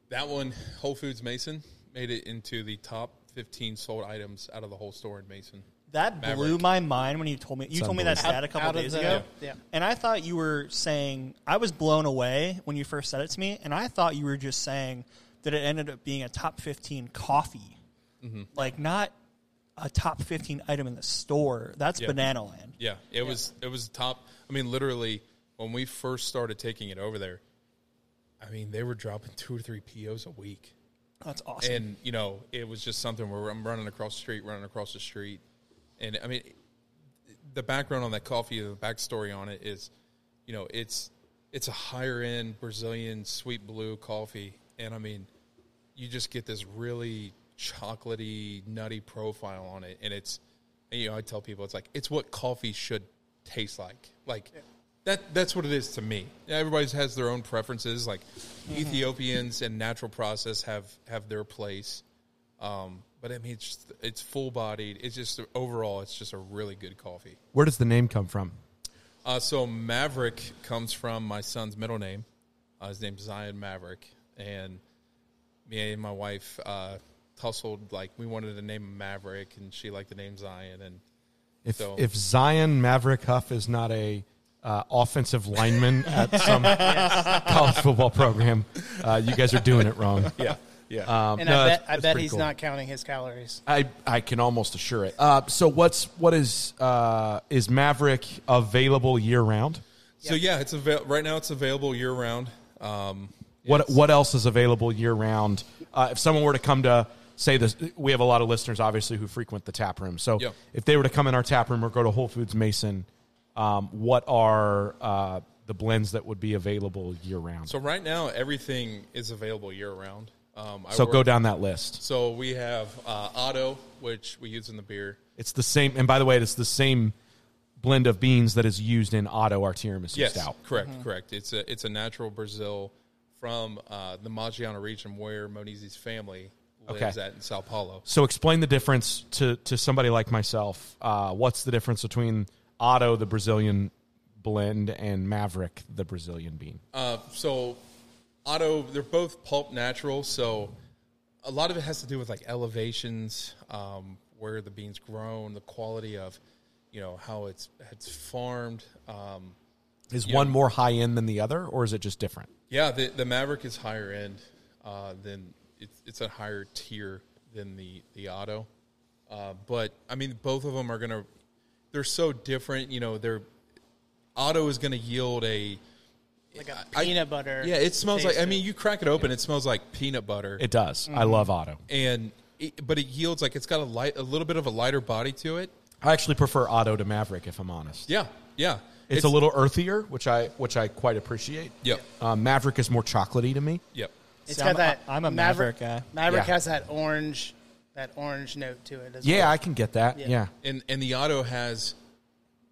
Speaker 7: that one Whole Foods Mason made it into the top 15 sold items out of the whole store in Mason.
Speaker 5: That
Speaker 7: Maverick.
Speaker 5: blew my mind when you told me. You told me that
Speaker 3: unbelievable.
Speaker 5: stat a couple
Speaker 8: Out of
Speaker 5: days
Speaker 8: the-
Speaker 5: ago,
Speaker 8: yeah.
Speaker 5: and I thought you were saying I was blown away when you first said it to me, and I thought you were just saying that it ended up being a top fifteen coffee,
Speaker 3: Mm-hmm.
Speaker 5: like not a top fifteen item in the store. That's
Speaker 7: Yeah.
Speaker 5: Banana Land.
Speaker 7: Yeah, it was it was top. I mean, literally when we first started taking it over there, I mean they were dropping two or three POs a week.
Speaker 5: That's awesome.
Speaker 7: and you know it was just something where I'm running across the street, running across the street, and I mean the background on that coffee, the backstory on it is, you know, it's it's a higher end Brazilian sweet blue coffee, and I mean you just get this really chocolatey, nutty profile on it, and it's and, you know I tell people it's like it's what coffee should taste like, like. That, that's what it is to me. Everybody has their own preferences. Like Ethiopians and natural process have, have their place, um, but I mean it's just, it's full bodied. It's just overall, it's just a really good coffee.
Speaker 3: Where does the name come from?
Speaker 7: Uh, so Maverick comes from my son's middle name. Uh, his name's Zion Maverick, and me and my wife uh, tussled like we wanted to name him Maverick, and she liked the name Zion. And
Speaker 3: If
Speaker 7: So-
Speaker 3: if Zion Maverick Huff is not a uh, offensive lineman at some college football program, uh, you guys are doing it wrong.
Speaker 7: yeah, yeah.
Speaker 3: Um,
Speaker 8: And
Speaker 3: no,
Speaker 8: I
Speaker 3: that's-
Speaker 8: bet, I
Speaker 3: that's
Speaker 8: bet
Speaker 3: pretty
Speaker 8: he's
Speaker 3: cool.
Speaker 8: not counting his calories.
Speaker 3: I, I can almost assure it. Uh, so what's what is uh, is Maverick available year round?
Speaker 7: so yeah, it's avail- right now. It's available year round. Um,
Speaker 3: What what else is available year round? Uh, if someone were to come to say this, we have a lot of listeners obviously who frequent the tap room. So
Speaker 7: Yeah.
Speaker 3: if they were to come in our tap room or go to Whole Foods Mason, um, what are uh, the blends that would be available year round?
Speaker 7: so right now, everything is available year round. Um, I
Speaker 3: so go
Speaker 7: work-
Speaker 3: down that list.
Speaker 7: So we have uh, Otto, which we use in the beer.
Speaker 3: It's the same, and by the way, it's the same blend of beans that is used in Otto our tiramisu
Speaker 7: Yes,
Speaker 3: stout.
Speaker 7: correct, correct. It's a it's a natural Brazil from uh, the Magiana region where Monizzi's family lives
Speaker 3: Okay.
Speaker 7: at in Sao Paulo.
Speaker 3: So explain the difference to, to somebody like myself. Uh, what's the difference between Otto, the Brazilian blend, and Maverick, the Brazilian bean?
Speaker 7: Uh, so Otto, they're both pulp natural, so a lot of it has to do with like elevations, um, where the beans grown, the quality of, you know, how it's it's farmed. Um,
Speaker 3: Is one more high end than the other, or is it just different?
Speaker 7: Yeah, the, the Maverick is higher end uh, than it's, it's a higher tier than the the Auto, uh, but I mean both of them are gonna they're so different. You know, they're Auto is gonna yield a
Speaker 8: like a
Speaker 7: I-
Speaker 8: peanut butter.
Speaker 7: Yeah, it smells like.
Speaker 8: taste
Speaker 7: I
Speaker 8: to
Speaker 7: mean, you crack it open, it smells like peanut butter,
Speaker 3: It does. I love auto.
Speaker 7: and it, but it yields like it's got a light, a little bit of a lighter body to it.
Speaker 3: I actually prefer auto to Maverick, if I'm honest.
Speaker 7: Yeah, yeah,
Speaker 3: It's, a little earthier, which I which I quite appreciate.
Speaker 7: Yep.
Speaker 3: Uh, Maverick is more chocolatey to me.
Speaker 7: Yep.
Speaker 8: It's
Speaker 5: See,
Speaker 8: got
Speaker 5: I'm a-
Speaker 8: that.
Speaker 5: I'm a Maverick guy.
Speaker 8: Maverick
Speaker 3: Yeah.
Speaker 8: has that orange, that orange note to it. As
Speaker 3: Yeah,
Speaker 8: well.
Speaker 3: I can get that. Yeah.
Speaker 8: Yeah.
Speaker 7: And and the Auto has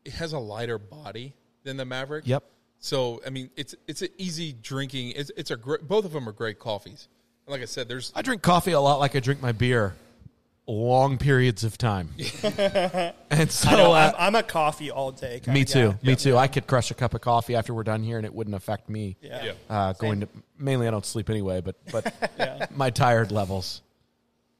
Speaker 7: it has a lighter body than the Maverick.
Speaker 3: Yep.
Speaker 7: So I mean, it's it's an easy drinking. It's it's a great, both of them are great coffees. Like I said, there's
Speaker 3: I drink coffee a lot like I drink my beer long periods of time. and so
Speaker 5: I know,
Speaker 3: uh,
Speaker 5: I'm, I'm a coffee all day. kinda
Speaker 3: me
Speaker 5: guy.
Speaker 3: too. Me too. I could crush a cup of coffee after we're done here and it wouldn't affect me.
Speaker 5: Yeah.
Speaker 7: yeah.
Speaker 3: Uh, going to mainly I don't sleep anyway, but but
Speaker 5: Yeah.
Speaker 3: my tired levels.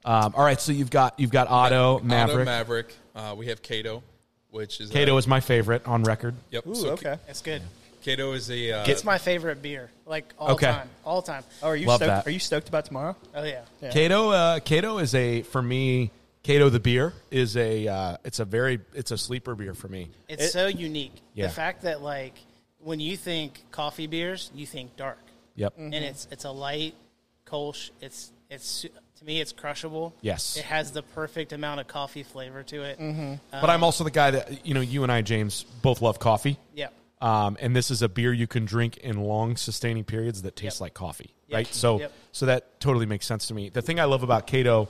Speaker 3: Um, all right, so you've got you've got Auto,
Speaker 7: Auto
Speaker 3: Maverick.
Speaker 7: Maverick. Uh, we have Cato, which is a-
Speaker 3: Kato is my favorite on record.
Speaker 7: Yep.
Speaker 5: Ooh,
Speaker 7: so
Speaker 5: okay.
Speaker 8: it's good.
Speaker 7: Cato is a uh,
Speaker 8: It's my favorite beer, like all
Speaker 3: Okay.
Speaker 8: time, all time.
Speaker 5: Oh, are you
Speaker 3: Love
Speaker 5: stoked?
Speaker 3: that.
Speaker 5: Are you stoked about tomorrow?
Speaker 8: Oh yeah,
Speaker 3: Cato, uh, Cato is a for me. Cato the beer is a uh, it's a very it's a sleeper beer for me.
Speaker 8: it's so unique.
Speaker 3: Yeah.
Speaker 8: The fact that like when you think coffee beers, you think dark,
Speaker 3: Yep.
Speaker 5: Mm. Mm-hmm.
Speaker 8: and it's it's a light Kolsch. It's it's su- to me, it's crushable.
Speaker 3: Yes.
Speaker 8: it has the perfect amount of coffee flavor to it. Mm-hmm.
Speaker 3: But I'm also the guy that you know you and I, James, both love coffee.
Speaker 8: Yeah,
Speaker 3: Um, and this is a beer you can drink in long sustaining periods that tastes
Speaker 8: Yep.
Speaker 3: like coffee,
Speaker 8: Yep.
Speaker 3: right? So
Speaker 8: Yep.
Speaker 3: so that totally makes sense to me. The thing I love about Cato,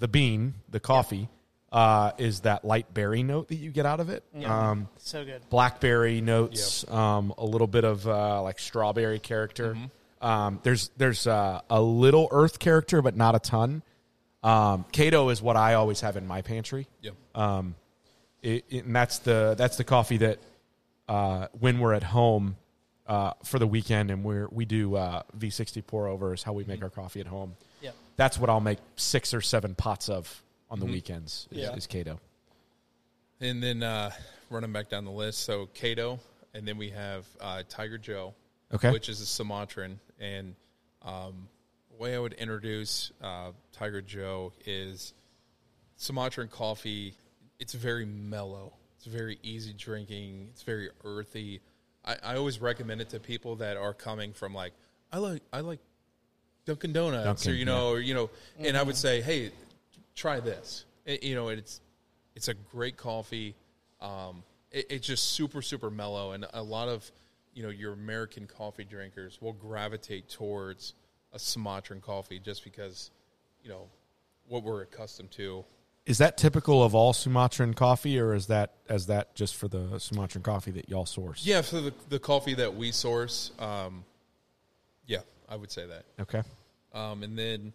Speaker 3: the bean, the coffee, uh, is that light berry note that you get out of it. Um,
Speaker 8: so good.
Speaker 3: blackberry notes, um, a little bit of uh, like strawberry character.
Speaker 8: Mm-hmm.
Speaker 3: Um, there's there's uh, a little earth character, but not a ton. Um, Cato is what I always have in my pantry,
Speaker 7: Yep.
Speaker 3: It- it- and that's the that's the coffee that uh, when we're at home uh, for the weekend and we're we do uh, V60 pour over is how we
Speaker 7: Mm-hmm.
Speaker 3: make our coffee at home.
Speaker 8: Yep.
Speaker 3: That's what I'll make six or seven pots of on the weekends. Is,
Speaker 5: Yeah.
Speaker 3: is Cato.
Speaker 7: And then uh, running back down the list, so Cato, and then we have uh, Tiger Joe,
Speaker 3: Okay.
Speaker 7: which is a Sumatran. And um, the way I would introduce uh, Tiger Joe is Sumatran coffee. It's very mellow. It's very easy drinking. It's very earthy. I, I always recommend it to people that are coming from like I like I like Dunkin' Donuts or
Speaker 3: Dunkin',
Speaker 7: you know or you know, and I would say, hey, try this. It- you know, it's it's a great coffee. Um, it, it's just super super mellow, and a lot of you know your American coffee drinkers will gravitate towards a Sumatran coffee just because you know what we're accustomed to.
Speaker 3: Is that typical of all Sumatran coffee, or is that is that just for the Sumatran coffee that y'all source?
Speaker 7: Yeah, for the the coffee that we source, um, yeah, I would say that.
Speaker 3: Okay.
Speaker 7: Um, and then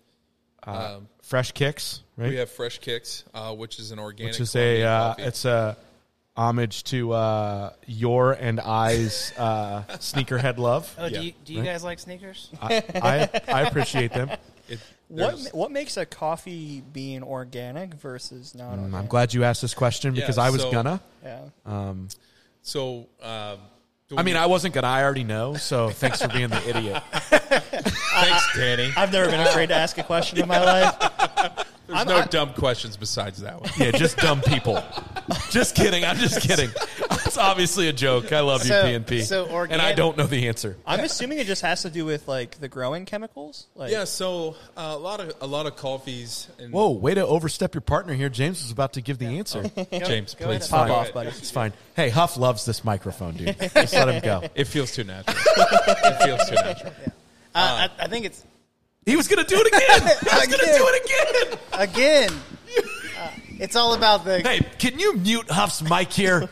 Speaker 3: Fresh kicks, right?
Speaker 7: we have Fresh Kicks, uh, which is an organic.
Speaker 3: Which is a
Speaker 7: Colombian
Speaker 3: uh,
Speaker 7: coffee.
Speaker 3: it's a homage to uh, your and I's uh, sneakerhead love.
Speaker 8: Oh,
Speaker 7: Yeah.
Speaker 8: do you do you guys like sneakers? Uh,
Speaker 3: I, I I appreciate them.
Speaker 7: It-
Speaker 5: What
Speaker 7: there's-
Speaker 5: ma- What makes a coffee bean organic versus not?
Speaker 3: Mm,
Speaker 5: organic?
Speaker 3: I'm uh, glad you asked this question because
Speaker 7: Yeah,
Speaker 3: I was
Speaker 7: so-
Speaker 3: gonna.
Speaker 5: Yeah.
Speaker 7: so? Um, do
Speaker 3: I mean,
Speaker 7: we-
Speaker 3: I wasn't gonna. I already know. So thanks for being the idiot.
Speaker 7: thanks, Danny.
Speaker 5: I've never been afraid to ask a question in my life.
Speaker 7: There's no dumb questions besides that one.
Speaker 3: Yeah, just dumb people. just kidding. I'm just kidding. It's obviously a joke. I love
Speaker 8: So-
Speaker 3: you, PNP.
Speaker 8: so
Speaker 3: and I
Speaker 8: organic-
Speaker 3: don't know the answer.
Speaker 5: I'm assuming it just has to do with like the growing chemicals. Like,
Speaker 7: Yeah, so uh, a lot of a lot of coffees. And
Speaker 3: Whoa, way to overstep your partner here. James was about to give the answer.
Speaker 7: James,
Speaker 8: go ahead
Speaker 7: please
Speaker 8: and-
Speaker 5: Pop
Speaker 7: go
Speaker 5: off,
Speaker 7: ahead.
Speaker 5: buddy.
Speaker 3: It's fine. Hey, Huff loves this microphone, dude. Just let him go.
Speaker 7: It feels too natural. it feels too natural.
Speaker 8: Uh, I, I think it's
Speaker 3: He was going to do it again. He was going to do it again.
Speaker 8: again. uh, it's all about the.
Speaker 3: Hey, can you mute Huff's mic here?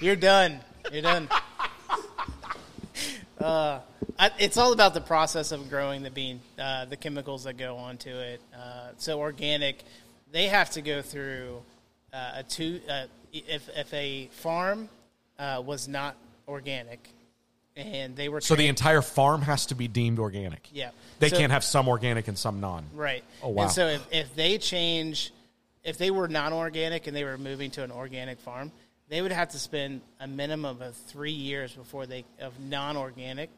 Speaker 8: You're done. You're done. uh, I, it's all about the process of growing the bean, uh, the chemicals that go onto it. Uh, so organic, they have to go through uh, a two. Uh, if if a farm uh, was not organic, and they were
Speaker 3: So the
Speaker 8: trained-
Speaker 3: entire farm has to be deemed organic.
Speaker 8: yeah
Speaker 3: They
Speaker 8: So-
Speaker 3: can't have some organic and some non.
Speaker 8: Right.
Speaker 3: Oh, wow.
Speaker 8: And so if, if they change, if they were non organic and they were moving to an organic farm, they would have to spend a minimum of three years before they of non-organic,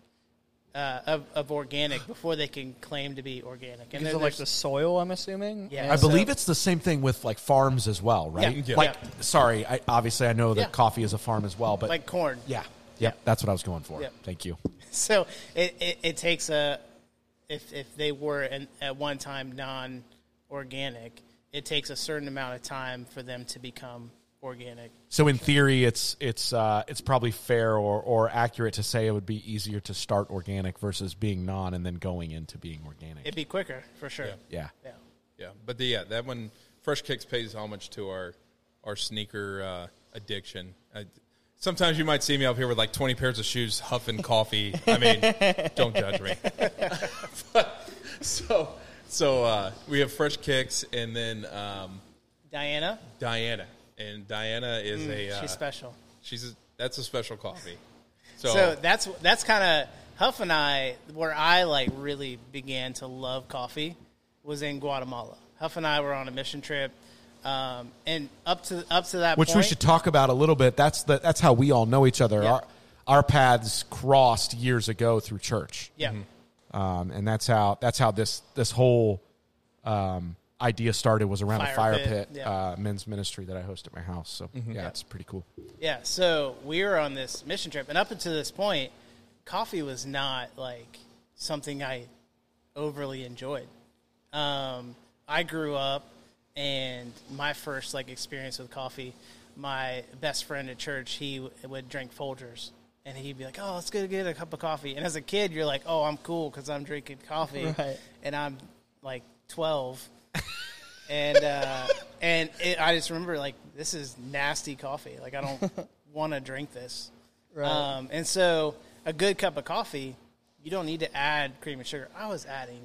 Speaker 8: uh, of of organic before they can claim to be organic. And
Speaker 5: Is
Speaker 8: then
Speaker 5: it like the
Speaker 8: there's-
Speaker 5: soil? I'm assuming.
Speaker 8: Yeah.
Speaker 5: And
Speaker 3: I
Speaker 8: so-
Speaker 3: believe it's the same thing with like farms as well, right?
Speaker 8: Yeah.
Speaker 7: Yeah.
Speaker 3: Like,
Speaker 8: Yeah.
Speaker 3: sorry, I, obviously I know that
Speaker 8: Yeah.
Speaker 3: coffee is a farm as well, but
Speaker 8: like corn.
Speaker 3: yeah, yep, that's what I was going for.
Speaker 8: Yep.
Speaker 3: Thank you.
Speaker 8: so it, it, it takes a if if they were an, at one time non organic, it takes a certain amount of time for them to become organic.
Speaker 3: So in theory, it's it's uh, it's probably fair or or accurate to say it would be easier to start organic versus being non and then going into being organic.
Speaker 8: It'd be quicker for sure.
Speaker 3: yeah.
Speaker 8: Yeah.
Speaker 7: Yeah, but the, yeah, that one Fresh Kicks pays homage to our our sneaker uh, addiction. I, sometimes you might see me up here with like twenty pairs of shoes, huffing coffee. I mean, don't judge me. But- so so uh, we have Fresh Kicks, and then um,
Speaker 8: Diana,
Speaker 7: Diana, and Diana is a uh,
Speaker 8: Mm, she's special.
Speaker 7: She's a, that's a special coffee. So,
Speaker 8: So, that's that's kind of Huff and I where I like really began to love coffee was in Guatemala. Huff and I were on a mission trip, um, and up to up to that
Speaker 3: Which we
Speaker 8: point-
Speaker 3: should talk about a little bit. That's the that's how we all know each other.
Speaker 8: Yeah.
Speaker 3: Our our paths crossed years ago through church.
Speaker 8: yeah.
Speaker 3: um, and that's how that's how this this whole um, idea started was around a
Speaker 8: Fire
Speaker 3: fire
Speaker 8: pit,
Speaker 3: pit,
Speaker 8: yeah. Mm-hmm.
Speaker 3: uh, men's ministry that I host at my house. So yeah, it's pretty cool.
Speaker 8: Yeah, so we were on this mission trip, and up until this point, coffee was not like something I overly enjoyed. Um, I grew up, and my first like experience with coffee, my best friend at church, he w- would drink Folgers, and he'd be like, "Oh, let's go get a cup of coffee." And as a kid, you're like, "Oh, I'm cool because I'm drinking coffee,"
Speaker 5: Right.
Speaker 8: and I'm like 12 and uh, and it, I just remember like this is nasty coffee. Like I don't want to drink this.
Speaker 5: Right.
Speaker 8: Um, and so a good cup of coffee, you don't need to add cream and sugar. I was adding. it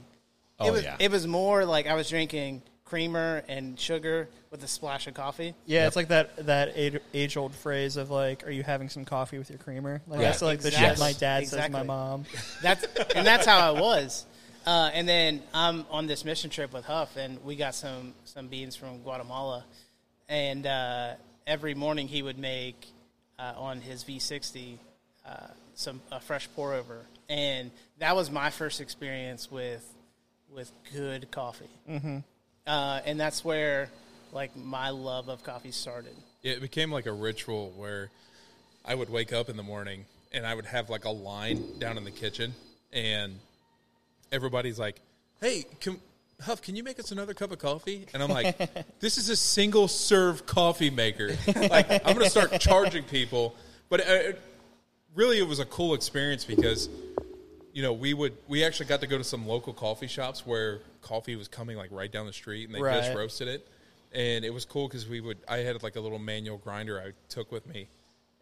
Speaker 3: Oh,
Speaker 8: was
Speaker 3: yeah.
Speaker 8: it was more like I was drinking creamer and sugar with a splash of coffee.
Speaker 5: Yeah, it's like that that age old phrase of like, "Are you having some coffee with your creamer?" Like
Speaker 3: Yeah.
Speaker 5: that's like the shit
Speaker 8: Exactly.
Speaker 5: my dad says to my
Speaker 8: Exactly.
Speaker 5: mom.
Speaker 8: That's and that's how I was. Uh, and then I'm on this mission trip with Huff, and we got some some beans from Guatemala. And uh, every morning he would make uh, on his V60 uh, some a fresh pour over, and that was my first experience with with good coffee. Mm-hmm. Uh, and that's where like my love of coffee started.
Speaker 7: it became like a ritual where I would wake up in the morning and I would have like a line down in the kitchen and everybody's like, "Hey, can, Huff, can you make us another cup of coffee?" And I'm like, "This is a single serve coffee maker. Like, I'm going to start charging people." But uh, it, really, it was a cool experience because you know we would we actually got to go to some local coffee shops where coffee was coming like right down the street and they just
Speaker 5: Right.
Speaker 7: roasted it, and it was cool because we would I had like a little manual grinder I took with me.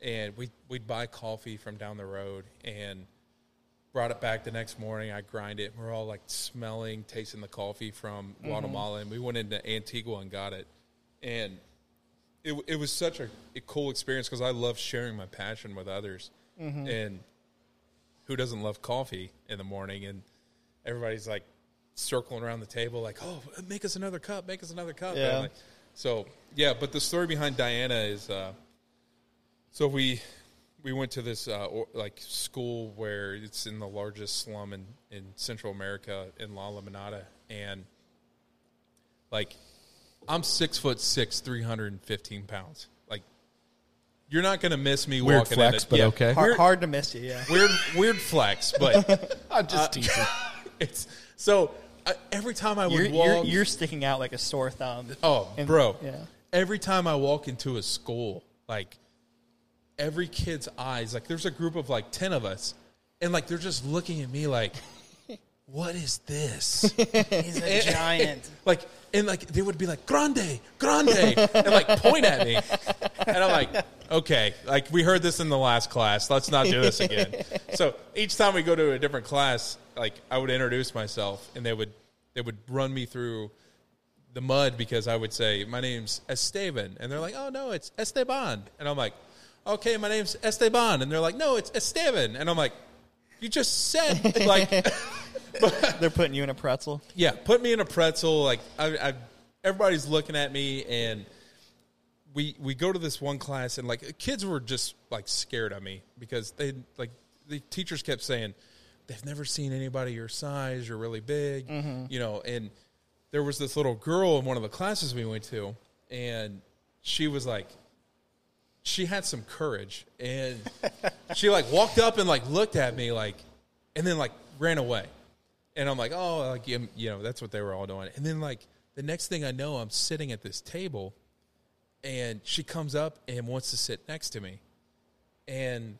Speaker 7: And we we'd buy coffee from down the road, and brought it back the next morning. I grind it. We're all like smelling, tasting the coffee from Guatemala, and we went into Antigua and got it. And it it was such a, a cool experience because I love sharing my passion with others. And who doesn't love coffee in the morning? And everybody's like circling around the table, like, "Oh, make us another cup! Make us another cup!" And I'm
Speaker 5: Yeah.
Speaker 7: like- so yeah, but the story behind Diana is. Uh, so we we went to this uh, or, like school where it's in the largest slum in, in Central America in La Limonada, and like I'm six foot six, three hundred and fifteen pounds. Like you're not gonna miss me
Speaker 3: Weird
Speaker 7: walking
Speaker 3: flex,
Speaker 7: in it.
Speaker 3: but okay.
Speaker 5: Hard,
Speaker 7: Weird,
Speaker 5: hard to miss you. Yeah.
Speaker 7: weird, weird flex, but
Speaker 3: I'm
Speaker 8: Uh,
Speaker 3: just teasing.
Speaker 7: it's so I, every time I would
Speaker 5: You're,
Speaker 7: walk,
Speaker 5: you're, you're sticking out like a sore thumb.
Speaker 7: Oh,
Speaker 5: And-
Speaker 7: bro.
Speaker 5: yeah.
Speaker 7: Every time I walk into a school, like every kid's eyes, like there's a group of like 10 of us, and like they're just looking at me like, what is this?
Speaker 8: He's a giant.
Speaker 7: like, and like they would be like, grande, grande, and like point at me. And I'm like, okay, like we heard this in the last class. Let's not do this again. so each time we go to a different class, like I would introduce myself and they would, they would run me through the mud because I would say, My name's Esteban. And they're like, Oh, no, it's Esteban. And I'm like, Okay, my name's Esteban. And they're like, No, it's Esteban. And I'm like, You just said, like,
Speaker 5: They're putting you in a pretzel.
Speaker 7: yeah, put me in a pretzel. Like I, I, everybody's looking at me, and we we go to this one class and like kids were just like scared of me because they like the teachers kept saying they've never seen anybody your size you're really big you know and there was this little girl in one of the classes we went to and she was like she had some courage and she like walked up and like looked at me like and then like ran away and i'm like oh like you you know that's what they were all doing and then like the next thing i know i'm sitting at this table and she comes up and wants to sit next to me and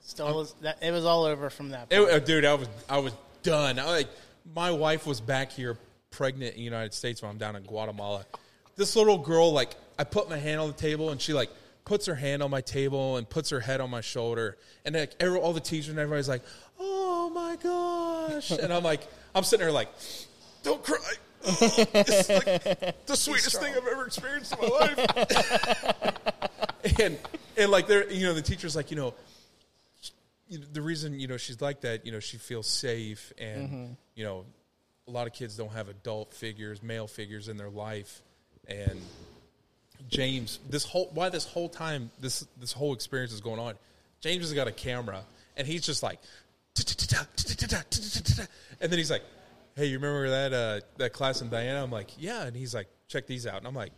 Speaker 8: Still, was, that, it was all over from that.
Speaker 7: it,
Speaker 8: Point.
Speaker 7: uh, dude i was i was done I, like my wife was back here pregnant in the united states when i'm down in guatemala this little girl like i put my hand on the table and she like puts her hand on my table and puts her head on my shoulder and like every, all the teachers and everybody's like oh my gosh and i'm like i'm sitting there like don't cry it's like the sweetest thing I've ever experienced in my life. and and like there, you know, the teacher's like, you know, you know, the reason you know she's like that, you know, she feels safe, and you know, a lot of kids don't have adult figures, male figures in their life, and James, this whole why this whole time this this whole experience is going on, James has got a camera and he's just like, "Ta-ta-ta-ta, ta-ta-ta-ta, ta-ta-ta-ta." and then he's like, hey, you remember that uh, that class in Diana? I'm like, yeah, and he's like, check these out, and I'm like,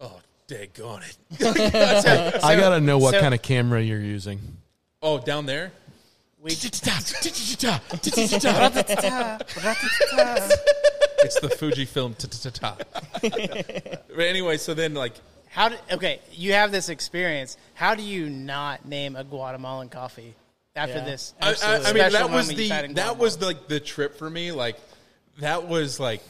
Speaker 7: oh, daggone it,
Speaker 3: I gotta know what
Speaker 8: so-
Speaker 3: kind of camera you're using.
Speaker 7: oh, down there, it's the Fujifilm. ta-ta-ta-ta. But anyway, so then like
Speaker 8: How did, okay, you have this experience. How do you not name a Guatemalan coffee after
Speaker 5: Yeah.
Speaker 8: this?
Speaker 7: I, I, I
Speaker 8: absolute
Speaker 7: mean,
Speaker 8: special
Speaker 7: that was
Speaker 8: moment
Speaker 7: the
Speaker 8: you've had in
Speaker 7: that was like the trip for me. Like that was like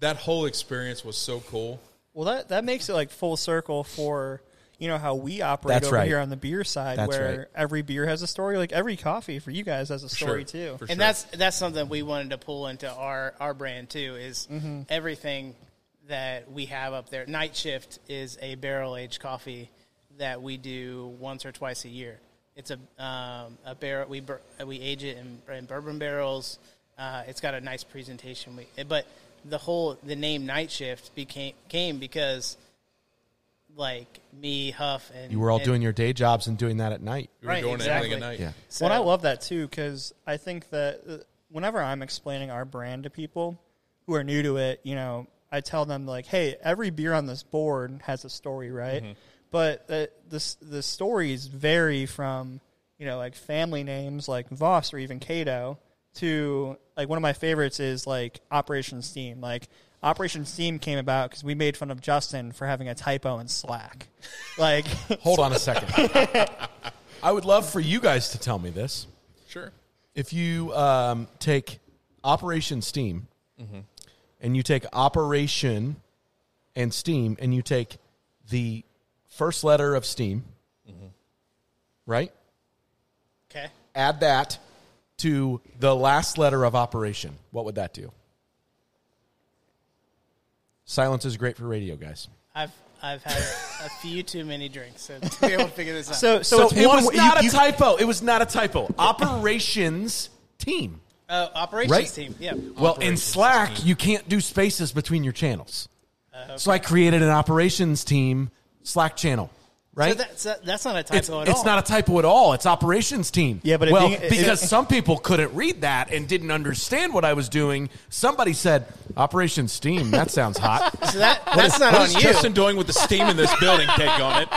Speaker 7: that whole experience was so cool.
Speaker 5: Well, that that makes it like full circle for you know how we operate
Speaker 3: That's
Speaker 5: over
Speaker 3: right.
Speaker 5: here on the beer side,
Speaker 3: That's
Speaker 5: where
Speaker 3: right.
Speaker 5: every beer has a story. Like every coffee for you guys has a story too.
Speaker 7: For
Speaker 8: and
Speaker 7: sure.
Speaker 8: that's that's something we wanted to pull into our our brand too is
Speaker 3: Mm-hmm.
Speaker 8: everything that we have up there night shift is a barrel aged coffee that we do once or twice a year it's a um, a barrel we bur- we age it in, in bourbon barrels uh, it's got a nice presentation we, but the whole the name night shift became came because like me huff and
Speaker 3: You were all
Speaker 8: and-
Speaker 3: doing your day jobs and doing that at night.
Speaker 7: we were
Speaker 8: right,
Speaker 7: doing
Speaker 8: exactly.
Speaker 7: everything at night.
Speaker 3: Yeah.
Speaker 8: so,
Speaker 5: Well, and I love that too because I think that uh, whenever I'm explaining our brand to people who are new to it, you know, I tell them like, "Hey, every beer on this board has a story, right?" But the, the s- the stories vary from you know like family names like Voss or even Cato to like one of my favorites is like Operation Steam. Like Operation Steam came about because we made fun of Justin for having a typo in Slack. like
Speaker 3: Hold on a second. I would love for you guys to tell me this.
Speaker 7: Sure.
Speaker 3: If you um, take Operation Steam and you take Operation and Steam and you take the first letter of Steam, right?
Speaker 8: okay
Speaker 3: Add that to the last letter of Operation. What would that do? Silence is great for radio, guys.
Speaker 8: I've I've had a few too many drinks, so to be able to figure this out.
Speaker 5: so so,
Speaker 3: So,
Speaker 5: it's
Speaker 3: it
Speaker 5: one
Speaker 3: was
Speaker 5: you-
Speaker 3: not a
Speaker 5: you-
Speaker 3: typo. It was not a typo. Operations team.
Speaker 8: uh, operations
Speaker 3: Right?
Speaker 8: team, yeah.
Speaker 3: Well, in Slack, you can't do spaces between your channels.
Speaker 5: Uh,
Speaker 3: So I created an operations team Slack channel, right?
Speaker 8: So that's that's not a typo
Speaker 3: it's,
Speaker 8: at all.
Speaker 3: it's not a typo at all. It's operations team.
Speaker 5: Yeah, but if
Speaker 3: well,
Speaker 5: you- if-
Speaker 3: because some people couldn't read that and didn't understand what I was doing, somebody said operations team. That sounds hot.
Speaker 8: so that that's not
Speaker 7: What
Speaker 8: on
Speaker 7: is
Speaker 8: you.
Speaker 7: Justin doing with the steam in this building? Take on it.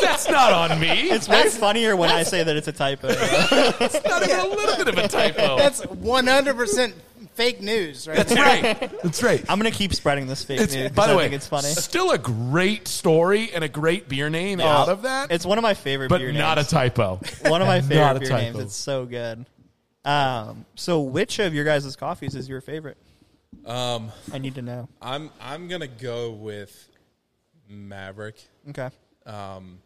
Speaker 3: That's not on me.
Speaker 5: It's way funnier when I say that it's a typo.
Speaker 3: not even a little bit of a typo.
Speaker 8: That's one hundred percent fake news, right?
Speaker 3: That's right. That's right.
Speaker 5: I'm gonna keep spreading this fake
Speaker 3: It's-
Speaker 5: news.
Speaker 3: by the
Speaker 5: I
Speaker 3: way,
Speaker 5: think it's funny.
Speaker 3: Still a great story and a great beer name out of that,
Speaker 5: It's one of my favorite
Speaker 3: but
Speaker 5: beer
Speaker 3: not
Speaker 5: names.
Speaker 3: a typo.
Speaker 5: one of my
Speaker 3: not a
Speaker 5: favorite beer
Speaker 3: typo.
Speaker 5: names. It's so good. Um, so which of your guys' coffees is your favorite? Um, I need to know.
Speaker 7: I'm I'm gonna go with Maverick.
Speaker 5: Okay. Um,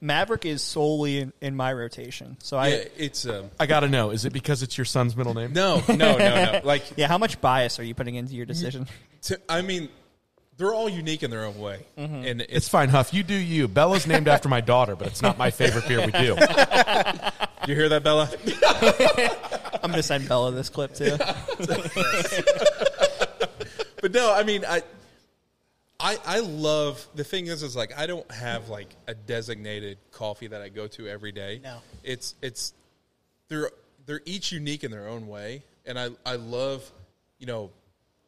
Speaker 5: Maverick is solely in, in my rotation. So I
Speaker 7: Yeah, it's a
Speaker 3: I gotta know. Is it because it's your son's middle name?
Speaker 7: no, no, no, no. Like
Speaker 5: yeah. How much bias are you putting into your decision?
Speaker 7: to, I mean, they're all unique in their own way,
Speaker 8: Mm-hmm.
Speaker 7: and it's,
Speaker 3: It's fine, Huff. You do you. Bella's named after my daughter, but it's not my favorite beer we do.
Speaker 7: you hear that, Bella?
Speaker 5: I'm gonna send Bella this clip too.
Speaker 7: but no, I mean, I I, I love the thing is is like I don't have like a designated coffee that I go to every day.
Speaker 8: No.
Speaker 7: It's it's they're they're each unique in their own way. And I, I love, you know,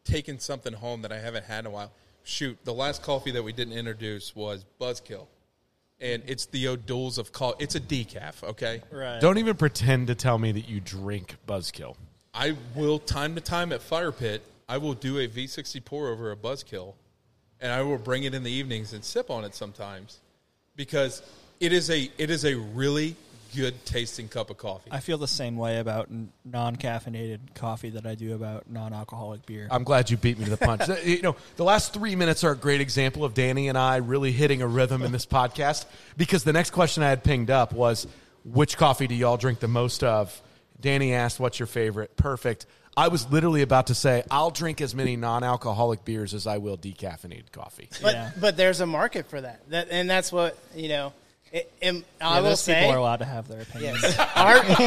Speaker 7: taking something home that I haven't had in a while. Shoot, the last coffee that we didn't introduce was Buzzkill. And it's the O'Doul's of coffee. It's a decaf, okay?
Speaker 5: Right.
Speaker 3: Don't even pretend to tell me that you drink Buzzkill.
Speaker 7: I will time to time at Fire Pit, I will do a V60 pour over a buzzkill and I will bring it in the evenings and sip on it sometimes because it is a it is a really good tasting cup of coffee.
Speaker 5: I feel the same way about non caffeinated coffee that I do about non alcoholic beer.
Speaker 3: I'm glad you beat me to the punch. Uh, you know, the last three minutes are a great example of Danny and I really hitting a rhythm in this podcast because the next question I had pinged up was, which coffee do y'all drink the most of? Danny asked, what's your favorite? Perfect. I was literally about to say, I'll drink as many non alcoholic beers as I will decaffeinated coffee.
Speaker 8: But
Speaker 5: Yeah.
Speaker 8: but there's a market for that. That and that's what you know. It, and I
Speaker 5: Yeah,
Speaker 8: will
Speaker 5: those
Speaker 8: say
Speaker 5: people are allowed to have their opinions.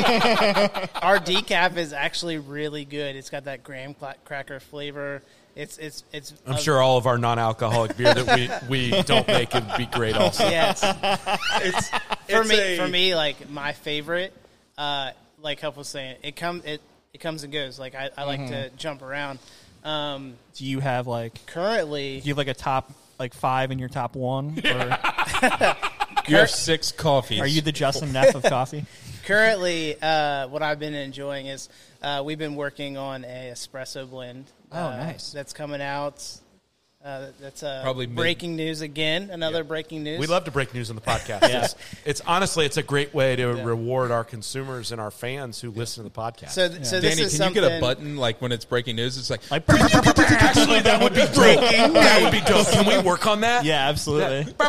Speaker 8: our decaf is actually really good. It's got that graham cla- cracker flavor. It's it's it's.
Speaker 3: I'm sure all of our non alcoholic beer that we, we don't make would be great also.
Speaker 8: Yes.
Speaker 7: It's,
Speaker 8: for
Speaker 7: it's
Speaker 8: me,
Speaker 7: a-
Speaker 8: for me, like my favorite, uh, like Huff was saying, it comes it it comes and goes. Like I, I like to jump around. Um,
Speaker 5: do you have like
Speaker 8: currently,
Speaker 5: do you have like a top like five in your top one? Or
Speaker 7: you have six coffees.
Speaker 5: are you the Justin Neff of coffee?
Speaker 8: currently, uh, what I've been enjoying is uh, we've been working on a espresso blend.
Speaker 5: Oh,
Speaker 8: uh,
Speaker 5: nice.
Speaker 8: That's coming out. Uh, that's uh,
Speaker 7: Probably mid-
Speaker 8: breaking news again. Another breaking news.
Speaker 3: We love to break news on the podcast. it's, it's honestly, it's a great way to reward our consumers and our fans who listen to the podcast.
Speaker 8: So, th- so this
Speaker 7: Danny, can
Speaker 8: is
Speaker 7: you
Speaker 8: something.
Speaker 7: get a button like when it's breaking news? It's like,
Speaker 5: Like
Speaker 3: Actually, that would be dope. That would be dope. Can we work on that?
Speaker 5: yeah, absolutely.
Speaker 3: oh,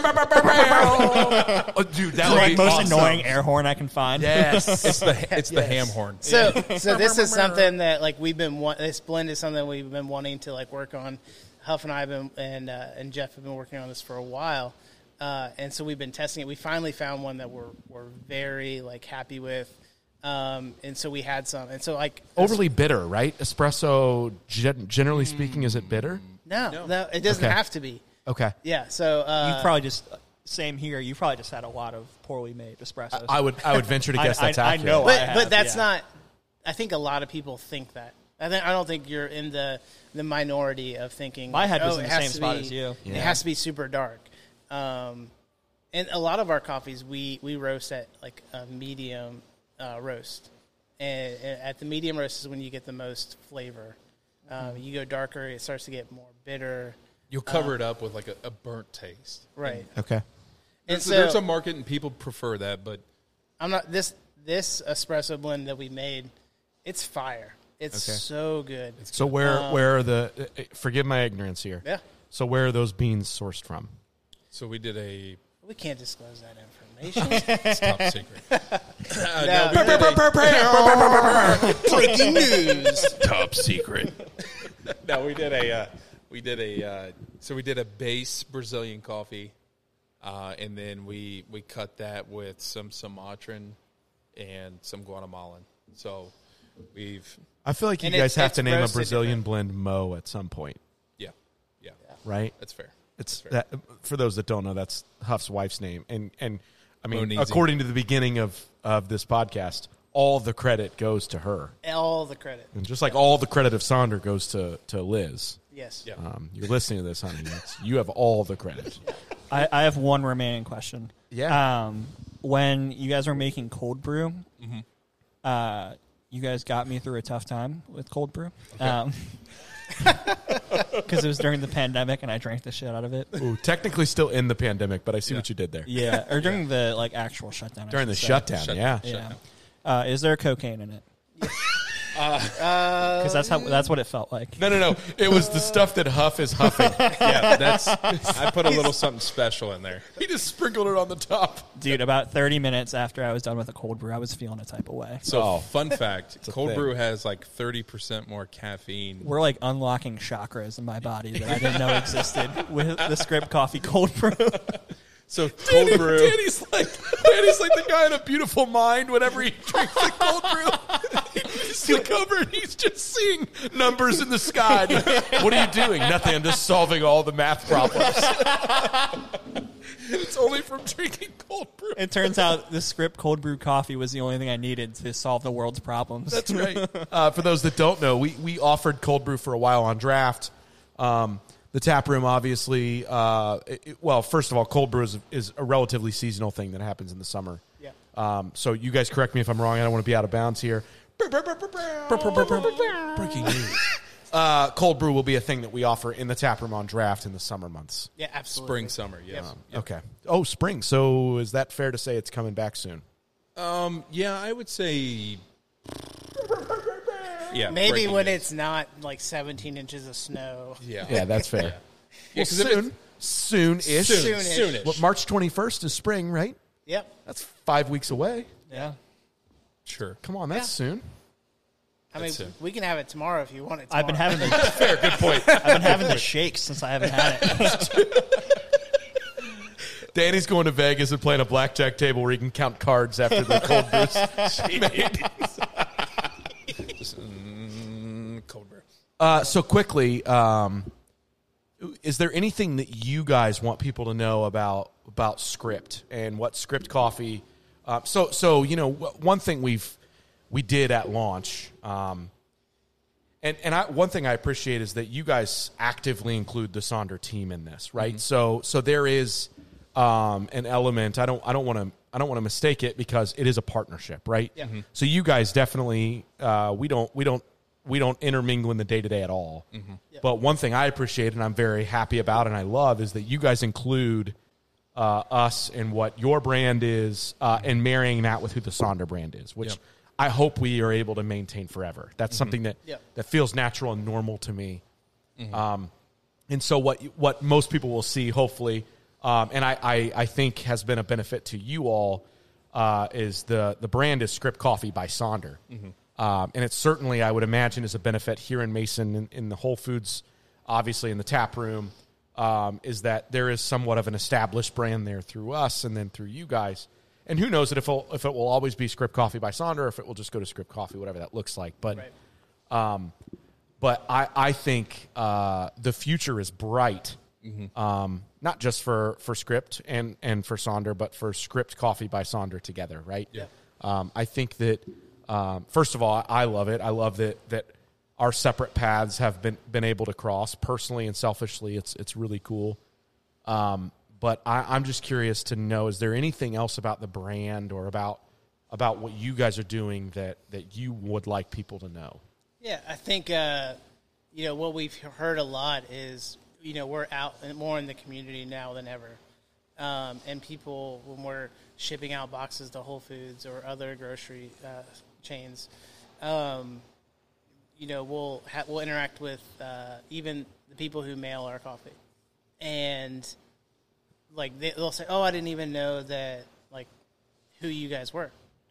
Speaker 3: dude, that would be
Speaker 5: Like most
Speaker 3: awesome.
Speaker 5: annoying air horn I can find.
Speaker 3: Yes.
Speaker 7: it's the it's the ham horn.
Speaker 8: So, so this is something that like we've been wa- this blend is something we've been wanting to like work on. Huff and I have been and uh, and Jeff have been working on this for a while, uh, and so we've been testing it. We finally found one that we're we're very like happy with, um, and so we had some. And so like
Speaker 3: Overly bitter, right? Espresso, gen- generally speaking, is it bitter?
Speaker 8: no, no, it doesn't
Speaker 3: Okay.
Speaker 8: have to be.
Speaker 3: Okay.
Speaker 8: Yeah. So
Speaker 5: You
Speaker 8: uh,
Speaker 5: probably just same here. You probably just had a lot of poorly made espressos.
Speaker 3: I would, I would venture to
Speaker 5: I-
Speaker 3: guess that's
Speaker 5: I- I
Speaker 3: accurate.
Speaker 5: know.
Speaker 8: but
Speaker 5: I have,
Speaker 8: but that's
Speaker 5: yeah.
Speaker 8: not. I think a lot of people think that. I think I don't think you're in the the minority of thinking.
Speaker 5: My head
Speaker 8: like,
Speaker 5: was
Speaker 8: oh,
Speaker 5: in
Speaker 8: it
Speaker 5: the
Speaker 8: has
Speaker 5: same
Speaker 8: to
Speaker 5: spot
Speaker 8: be-
Speaker 5: as you.
Speaker 8: It has to be super dark. Um, and a lot of our coffees we we roast at like a medium uh, roast, and, and at the medium roast is when you get the most flavor.
Speaker 5: Mm-hmm.
Speaker 8: Um, you go darker, it starts to get more bitter.
Speaker 7: You'll cover
Speaker 8: Uh.
Speaker 7: it up with like a, a burnt taste.
Speaker 8: Right.
Speaker 3: Okay.
Speaker 8: And
Speaker 7: So there's a market and people prefer that, but
Speaker 8: I'm not this this espresso blend that we made. It's fire. It's
Speaker 3: Okay.
Speaker 8: so good.
Speaker 3: So where, where are the? uh, uh, Forgive my ignorance here.
Speaker 8: Um, Yeah.
Speaker 3: So where are those beans sourced from?
Speaker 7: so we did a
Speaker 8: we can't disclose that information.
Speaker 7: it's top secret. Uh,
Speaker 8: No,
Speaker 7: no, we did a-
Speaker 8: Breaking news.
Speaker 7: top secret. no, we did a uh, we did a uh, so we did a base Brazilian coffee, uh, and then we we cut that with some Sumatran and some Guatemalan. So we've
Speaker 3: I feel like you
Speaker 8: And
Speaker 3: guys
Speaker 8: it's-
Speaker 3: have
Speaker 8: it's
Speaker 3: to name a
Speaker 8: roasted
Speaker 3: Brazilian blend mo at some point,
Speaker 7: yeah yeah,
Speaker 3: right?
Speaker 7: that's fair.
Speaker 3: It's
Speaker 7: fair.
Speaker 3: that for those that don't know, that's Huff's wife's name, and and I mean,
Speaker 7: Monizy.
Speaker 3: according to the beginning of of this podcast, all the credit goes to her,
Speaker 8: All the credit.
Speaker 3: and just like all the credit of Sonder goes to to Liz.
Speaker 8: Yes.
Speaker 7: Yeah.
Speaker 3: Um, you're listening to this, honey. That's- you have all the credit.
Speaker 5: I, I have one remaining question.
Speaker 3: Yeah. Mm-hmm.
Speaker 5: Um, when you guys were making cold brew, uh, you guys got me through a tough time with cold brew. Um 'cause because it was during the pandemic and I drank the shit out of it.
Speaker 3: Ooh, technically still in the pandemic, but I see what you did there
Speaker 5: Yeah, or during the like actual shutdown. I
Speaker 3: during the
Speaker 5: should say.
Speaker 3: shutdown.
Speaker 7: Shut-
Speaker 3: yeah.
Speaker 5: Yeah.
Speaker 7: shutdown.
Speaker 5: Uh, is there cocaine in it? Because that's how that's what it felt like.
Speaker 3: No, no, no. It was the stuff that Huff is huffing.
Speaker 7: yeah, that's I put a little something special in there.
Speaker 3: he just sprinkled it on the top.
Speaker 5: Dude, about 30 minutes after I was done with the cold brew, I was feeling a type of way.
Speaker 7: So
Speaker 3: Oh.
Speaker 7: fun fact:
Speaker 3: a
Speaker 7: cold
Speaker 3: thing.
Speaker 7: brew has like thirty percent more caffeine.
Speaker 5: We're like unlocking chakras in my body that I didn't know existed with the script coffee cold brew.
Speaker 7: So cold brew.
Speaker 3: Danny's like Danny's like the guy in a beautiful mind whenever he drinks the cold brew.
Speaker 6: look over and he's just seeing numbers in the sky. what are you doing? Nothing. I'm just solving all the math problems. it's only from drinking cold brew.
Speaker 5: It turns out the script cold brew coffee was the only thing I needed to solve the world's problems.
Speaker 6: That's right. Uh, for those that don't know, we, we offered cold brew for a while on draft. Um, the tap room, obviously, uh, it- it- well, first of all, cold brew is, is a relatively seasonal thing that happens in the summer.
Speaker 8: Yeah.
Speaker 6: Um, so you guys correct me if I'm wrong. I don't want to be out of bounds here. Breaking news. Uh, cold brew will be a thing that we offer in the tap room on draft in the summer months.
Speaker 8: Yeah, absolutely.
Speaker 7: Spring, summer, yes.
Speaker 6: Okay. Oh, spring. So is that fair to say it's coming back soon?
Speaker 7: Um, yeah, I would say. Yeah,
Speaker 8: Maybe
Speaker 7: breaking
Speaker 8: when
Speaker 7: news.
Speaker 8: it's not like 17 inches of snow.
Speaker 7: yeah,
Speaker 6: Yeah, that's fair.
Speaker 7: Yeah, 'cause if it's-
Speaker 6: soon, soon-ish.
Speaker 7: soon,
Speaker 8: Soonish.
Speaker 7: soonish.
Speaker 6: What, March 21st is spring, right?
Speaker 8: Yep.
Speaker 6: That's five weeks away.
Speaker 5: yeah.
Speaker 7: sure.
Speaker 6: Come on, that's soon.
Speaker 8: I mean,
Speaker 7: That's it.
Speaker 8: we can have it tomorrow if you want it. Tomorrow.
Speaker 5: I've been having the fair, good point. I've been having the shakes since I haven't had it.
Speaker 6: Danny's going to Vegas and playing a blackjack table where he can count cards after the cold brews. made.
Speaker 7: Mm, cold brew.
Speaker 6: Uh, so quickly, um, is there anything that you guys want people to know about about script and what script coffee? Uh, so, so you know, w- one thing we've we did at launch, um, and and I, one thing I appreciate is that you guys actively include the Sonder team in this, right? So, so there is um, an element. I don't I don't want to I don't want to mistake it because it is a partnership, right?
Speaker 8: Yeah. Mhm.
Speaker 6: So you guys definitely uh, we don't we don't we don't intermingle in the day to day at all. But one thing I appreciate and I'm very happy about and I love is that you guys include uh, us and what your brand is uh, and marrying that with who the Sonder brand is, which
Speaker 7: Yep.
Speaker 6: I hope we are able to maintain forever. That's something that
Speaker 8: Yep.
Speaker 6: that feels natural and normal to me. Um, and so what what most people will see, hopefully, um, and I, I I think has been a benefit to you all uh, is the the brand is Script Coffee by Sonder, um, and it certainly I would imagine is a benefit here in Mason in, in the Whole Foods, obviously in the tap room, um, is that there is somewhat of an established brand there through us and then through you guys. And who knows if it'll, if it will always be Script Coffee by Sonder, or if it will just go to Script Coffee, whatever that looks like. But
Speaker 8: Right.
Speaker 6: but I, I think uh, the future is bright. Um, not just for, for script and, and for Sonder, but for script coffee by Sonder together, right? Yeah. Um, I think that um, first of all, I love it. I love that that our separate paths have been been able to cross personally and selfishly. It's it's really cool. Um, but I, I'm just curious to know: is there anything else about the brand or about about what you guys are doing that that you would like people to know?
Speaker 8: Yeah, I think uh, you know what we've heard a lot is you know we're out and more in the community now than ever, um, and people when we're shipping out boxes to Whole Foods or other grocery uh, chains, um, you know we'll ha- we'll interact with uh, even the people who mail our coffee, and like they, they'll say, "Oh, I didn't even know that like who you guys were,"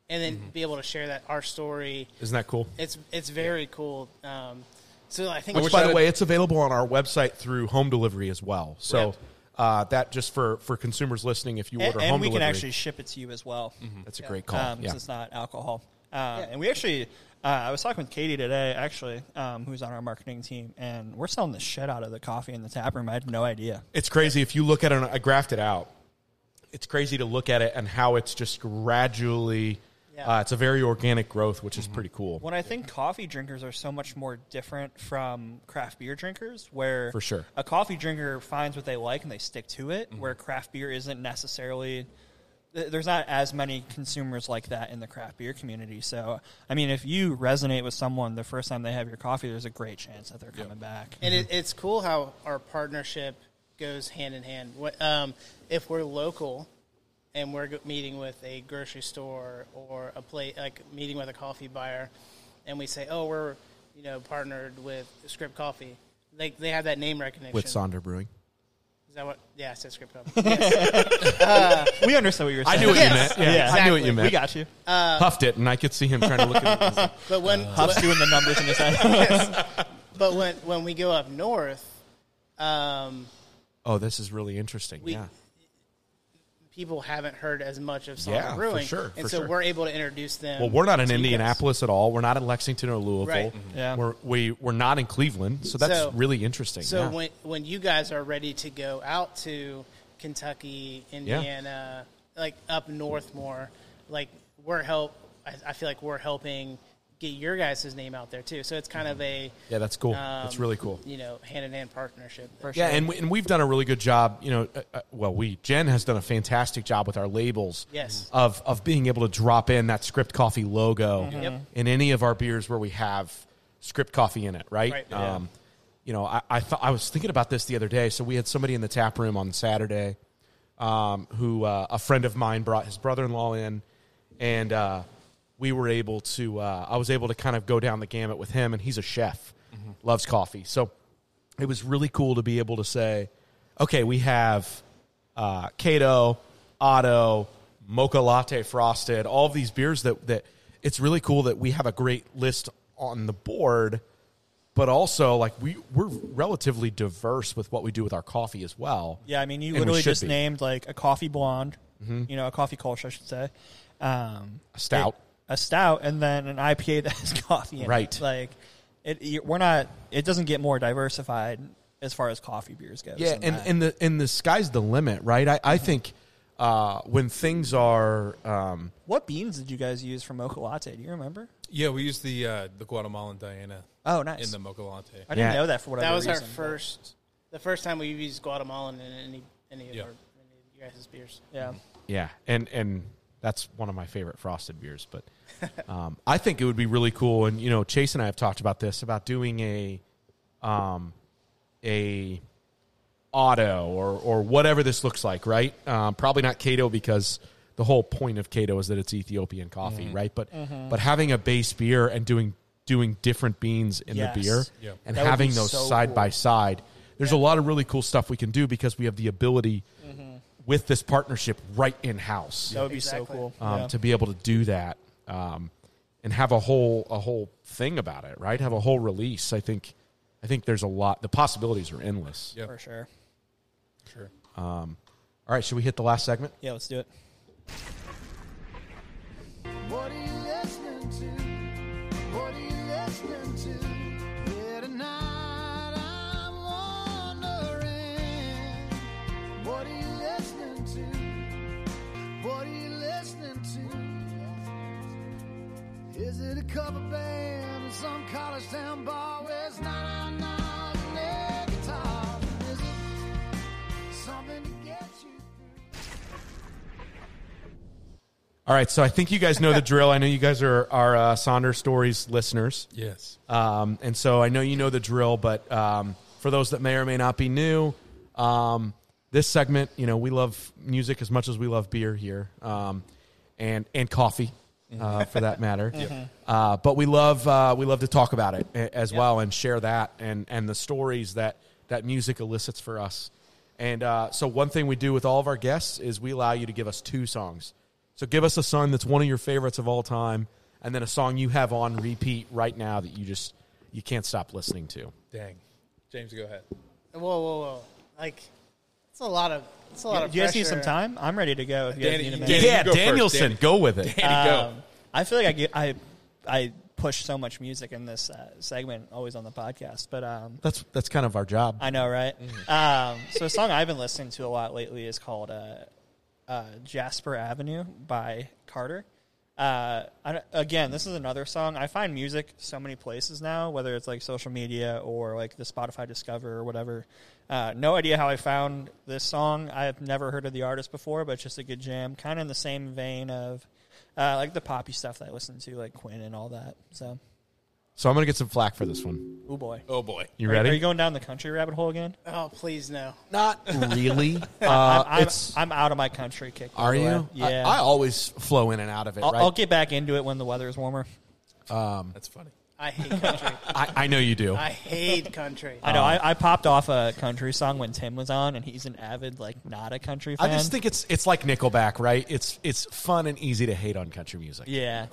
Speaker 8: and then be able to share that our story
Speaker 6: Isn't that cool?
Speaker 8: it's it's very cool. Um, so I think
Speaker 6: Which,
Speaker 7: I
Speaker 6: by the
Speaker 7: would-
Speaker 6: way, it's available on our website through home delivery as well. So
Speaker 8: Right.
Speaker 6: uh, that just for for consumers listening, if you
Speaker 5: And,
Speaker 6: order
Speaker 5: and
Speaker 6: home
Speaker 5: we
Speaker 6: delivery,
Speaker 5: can actually ship it to you as well.
Speaker 6: that's a great call.
Speaker 5: Um,
Speaker 6: yeah.
Speaker 5: so it's not alcohol. Um, And we actually, uh, I was talking with Katie today, actually, um, who's on our marketing team, and we're selling the shit out of the coffee in the tap room. I had no idea.
Speaker 6: It's crazy if you look at it. and I graphed it out. It's crazy to look at it and how it's just gradually.
Speaker 8: Yeah.
Speaker 6: Uh, it's a very organic growth, which
Speaker 5: Mm-hmm.
Speaker 6: is pretty cool.
Speaker 5: When I think coffee drinkers are so much more different from craft beer drinkers, where
Speaker 6: For sure. Mm-hmm.
Speaker 5: a coffee drinker finds what they like and they stick to it, where craft beer isn't necessarily. th- There's not as many consumers like that in the craft beer community. So, I mean, if you resonate with someone the first time they have your coffee, there's a great chance that they're coming back.
Speaker 8: and it, it's cool how our partnership goes hand in hand. What, um, if we're local and we're go- meeting with a grocery store or a play like meeting with a coffee buyer, and we say, "Oh, we're you know partnered with Script Coffee," they they have that name recognition.
Speaker 6: With Sonder Brewing,
Speaker 8: Is that what? Yeah, I said Script Coffee.
Speaker 5: we understood what you were saying.
Speaker 6: I knew what
Speaker 8: Yes.
Speaker 6: you meant. Yeah, I knew what
Speaker 8: Exactly.
Speaker 6: you meant.
Speaker 5: We got you.
Speaker 6: Huffed it, and I could see him trying to look at it.
Speaker 8: but when
Speaker 6: Uh-huh.
Speaker 5: Huff's doing the numbers in his head.
Speaker 8: but when when we go up north, um,
Speaker 6: Oh, this is really interesting.
Speaker 8: we
Speaker 6: yeah,
Speaker 8: people haven't heard as much of Sonic
Speaker 6: Yeah, for
Speaker 8: Brewing.
Speaker 6: sure,
Speaker 8: and
Speaker 6: for
Speaker 8: so
Speaker 6: sure.
Speaker 8: we're able to introduce them.
Speaker 6: Well, we're not in
Speaker 8: to you guys.
Speaker 6: Indianapolis at all. We're not in Lexington or Louisville.
Speaker 8: Right.
Speaker 5: Yeah.
Speaker 6: We're, we, we're not in Cleveland. So that's
Speaker 8: So-
Speaker 6: really interesting.
Speaker 8: So
Speaker 6: yeah.
Speaker 8: when when you guys are ready to go out to Kentucky, Indiana, like up north more, like we're help. I, I feel like we're helping get your guys' name out there too. So it's kind of a
Speaker 6: Mm-hmm. yeah, that's cool.
Speaker 8: um,
Speaker 6: that's really cool.
Speaker 8: You know, hand in hand partnership.
Speaker 6: Yeah, and, we, and we've done a really good job. You know, uh, uh, well, we Jen has done a fantastic job with our labels.
Speaker 8: Yes.
Speaker 6: Of of being able to drop in that Script Coffee logo
Speaker 8: Mm-hmm. Yep.
Speaker 6: in any of our beers where we have Script Coffee in it, right?
Speaker 8: Right. Yeah.
Speaker 6: Um, You know, I I, thought, I was thinking about this the other day. So we had somebody in the tap room on Saturday, um, who uh, a friend of mine brought his brother in law in, and uh, we were able to. Uh, I was able to kind of go down the gamut with him, and he's a chef,
Speaker 8: Mm-hmm.
Speaker 6: loves coffee, so it was really cool to be able to say, okay, we have uh, Cato, Otto, Mocha Latte Frosted, all of these beers that, that it's really cool that we have a great list on the board, but also like we, we're relatively diverse with what we do with our coffee as well.
Speaker 5: Yeah, I mean, you
Speaker 6: And we
Speaker 5: literally
Speaker 6: should
Speaker 5: just
Speaker 6: be. Mm-hmm.
Speaker 5: named like a coffee blonde, you know, a coffee culture, I should say, um,
Speaker 6: A stout.
Speaker 5: a stout, and then an IPA that has coffee in
Speaker 6: Right.
Speaker 5: it. Like, it, you- we're not. It doesn't get more diversified as far as coffee beers goes.
Speaker 6: Yeah,
Speaker 5: than
Speaker 6: and,
Speaker 5: that.
Speaker 6: and the and the sky's the limit, right? I, I think uh, when things are um,
Speaker 5: what beans did you guys use for mocha latte? Do you remember?
Speaker 9: Yeah, we used the uh, the Guatemalan Diana
Speaker 5: Oh, nice.
Speaker 9: in the mocha latte.
Speaker 5: I didn't
Speaker 6: Yeah.
Speaker 5: know that for whatever
Speaker 8: That was our
Speaker 5: reason, but-
Speaker 8: first, the first time we've used Guatemalan in any any of
Speaker 9: Yeah.
Speaker 8: our any of you guys' beers.
Speaker 5: Yeah.
Speaker 6: Yeah, and and that's one of my favorite frosted beers. But um, I think it would be really cool. And you know, Chase and I have talked about this about doing a um, a auto or or whatever this looks like, right? Um, probably not Cato because the whole point of Cato is that it's Ethiopian coffee,
Speaker 5: Mm-hmm.
Speaker 6: right? But but having a base beer and doing doing different beans in
Speaker 5: Yes.
Speaker 6: the beer
Speaker 9: Yeah.
Speaker 6: and
Speaker 5: That would be
Speaker 6: having those
Speaker 5: so
Speaker 6: side
Speaker 5: cool.
Speaker 6: by side. There's a lot of really cool stuff we can do because we have the ability
Speaker 5: Mm-hmm.
Speaker 6: with this partnership right in house
Speaker 5: That would be so
Speaker 8: Exactly.
Speaker 5: cool.
Speaker 6: um,
Speaker 5: Oh, Yeah.
Speaker 6: to be able to do that um, and have a whole a whole thing about it, right? Have a whole release. I think I think there's a lot. The possibilities are endless.
Speaker 9: Yeah.
Speaker 5: for sure.
Speaker 9: Sure.
Speaker 6: All right, should we hit the last segment?
Speaker 5: Yeah, let's do it.
Speaker 7: What are you listening to? What are you listening to? Yeah, tonight I'm wondering. What are you listening to? What are you listening to? Is it a cover band in some college town bar where it's not on guitar? Is it something to get you through?
Speaker 6: All right, so I think you guys know the drill. I know you guys are are uh, Saunders Stories listeners.
Speaker 9: Yes.
Speaker 6: Um, and so I know you know the drill, but um, for those that may or may not be new, um, this segment, you know, we love music as much as we love beer here, um, and and coffee uh, for that matter. Uh, but we love uh, we love to talk about it a- as well and share that and and the stories that that music elicits for us. And uh, so one thing we do with all of our guests is we allow you to give us two songs. So give us a song that's one of your favorites of all time, and then a song you have on repeat right now that you just you can't stop listening to.
Speaker 9: Dang. James, go ahead.
Speaker 8: Whoa, whoa, whoa! Like it's a lot of it's a lot
Speaker 5: Yeah,
Speaker 8: of.
Speaker 5: do you guys need
Speaker 8: pressure.
Speaker 5: some time? I'm ready to go. If you guys
Speaker 9: Danny,
Speaker 5: need a
Speaker 9: you
Speaker 5: minute.
Speaker 9: did it.
Speaker 6: yeah,
Speaker 9: you go first,
Speaker 6: Danielson,
Speaker 9: Danny.
Speaker 6: go with it.
Speaker 9: Danny, go.
Speaker 5: Um, I feel like I get I I push so much music in this uh, segment, always on the podcast. But um,
Speaker 6: That's that's kind of our job.
Speaker 5: I know, right? Um, so a song I've been listening to a lot lately is called uh, uh, "Jasper Avenue" by Carter. Uh, I, don't- again, this is another song. I find music so many places now, whether it's like social media or like the Spotify Discover or whatever. Uh, no idea how I found this song. I've never heard of the artist before, but it's just a good jam, kind of in the same vein of uh, like the poppy stuff that I listen to, like Quinn and all that. So,
Speaker 6: so I'm gonna get some flack for this one.
Speaker 5: oh boy,
Speaker 9: Oh boy.
Speaker 6: You
Speaker 5: Are,
Speaker 6: ready?
Speaker 5: you going down the country rabbit hole again?
Speaker 8: Oh, please no.
Speaker 6: Not really. Uh,
Speaker 5: I'm,
Speaker 6: it's
Speaker 5: I'm out of my country kick. by
Speaker 6: are
Speaker 5: the way.
Speaker 6: you?
Speaker 5: Yeah.
Speaker 6: I, I always flow in and out of it.
Speaker 5: I'll,
Speaker 6: right?
Speaker 5: I'll get back into it when the weather is warmer.
Speaker 9: That's funny.
Speaker 8: I hate country.
Speaker 6: I, I know you do.
Speaker 8: I hate country.
Speaker 5: I know.
Speaker 6: Oh.
Speaker 5: I, I popped off a country song when Tim was on, and he's an avid, like, not a country
Speaker 6: I
Speaker 5: fan.
Speaker 6: just think it's it's like Nickelback, right? It's it's fun and easy to hate on country music.
Speaker 5: Yeah.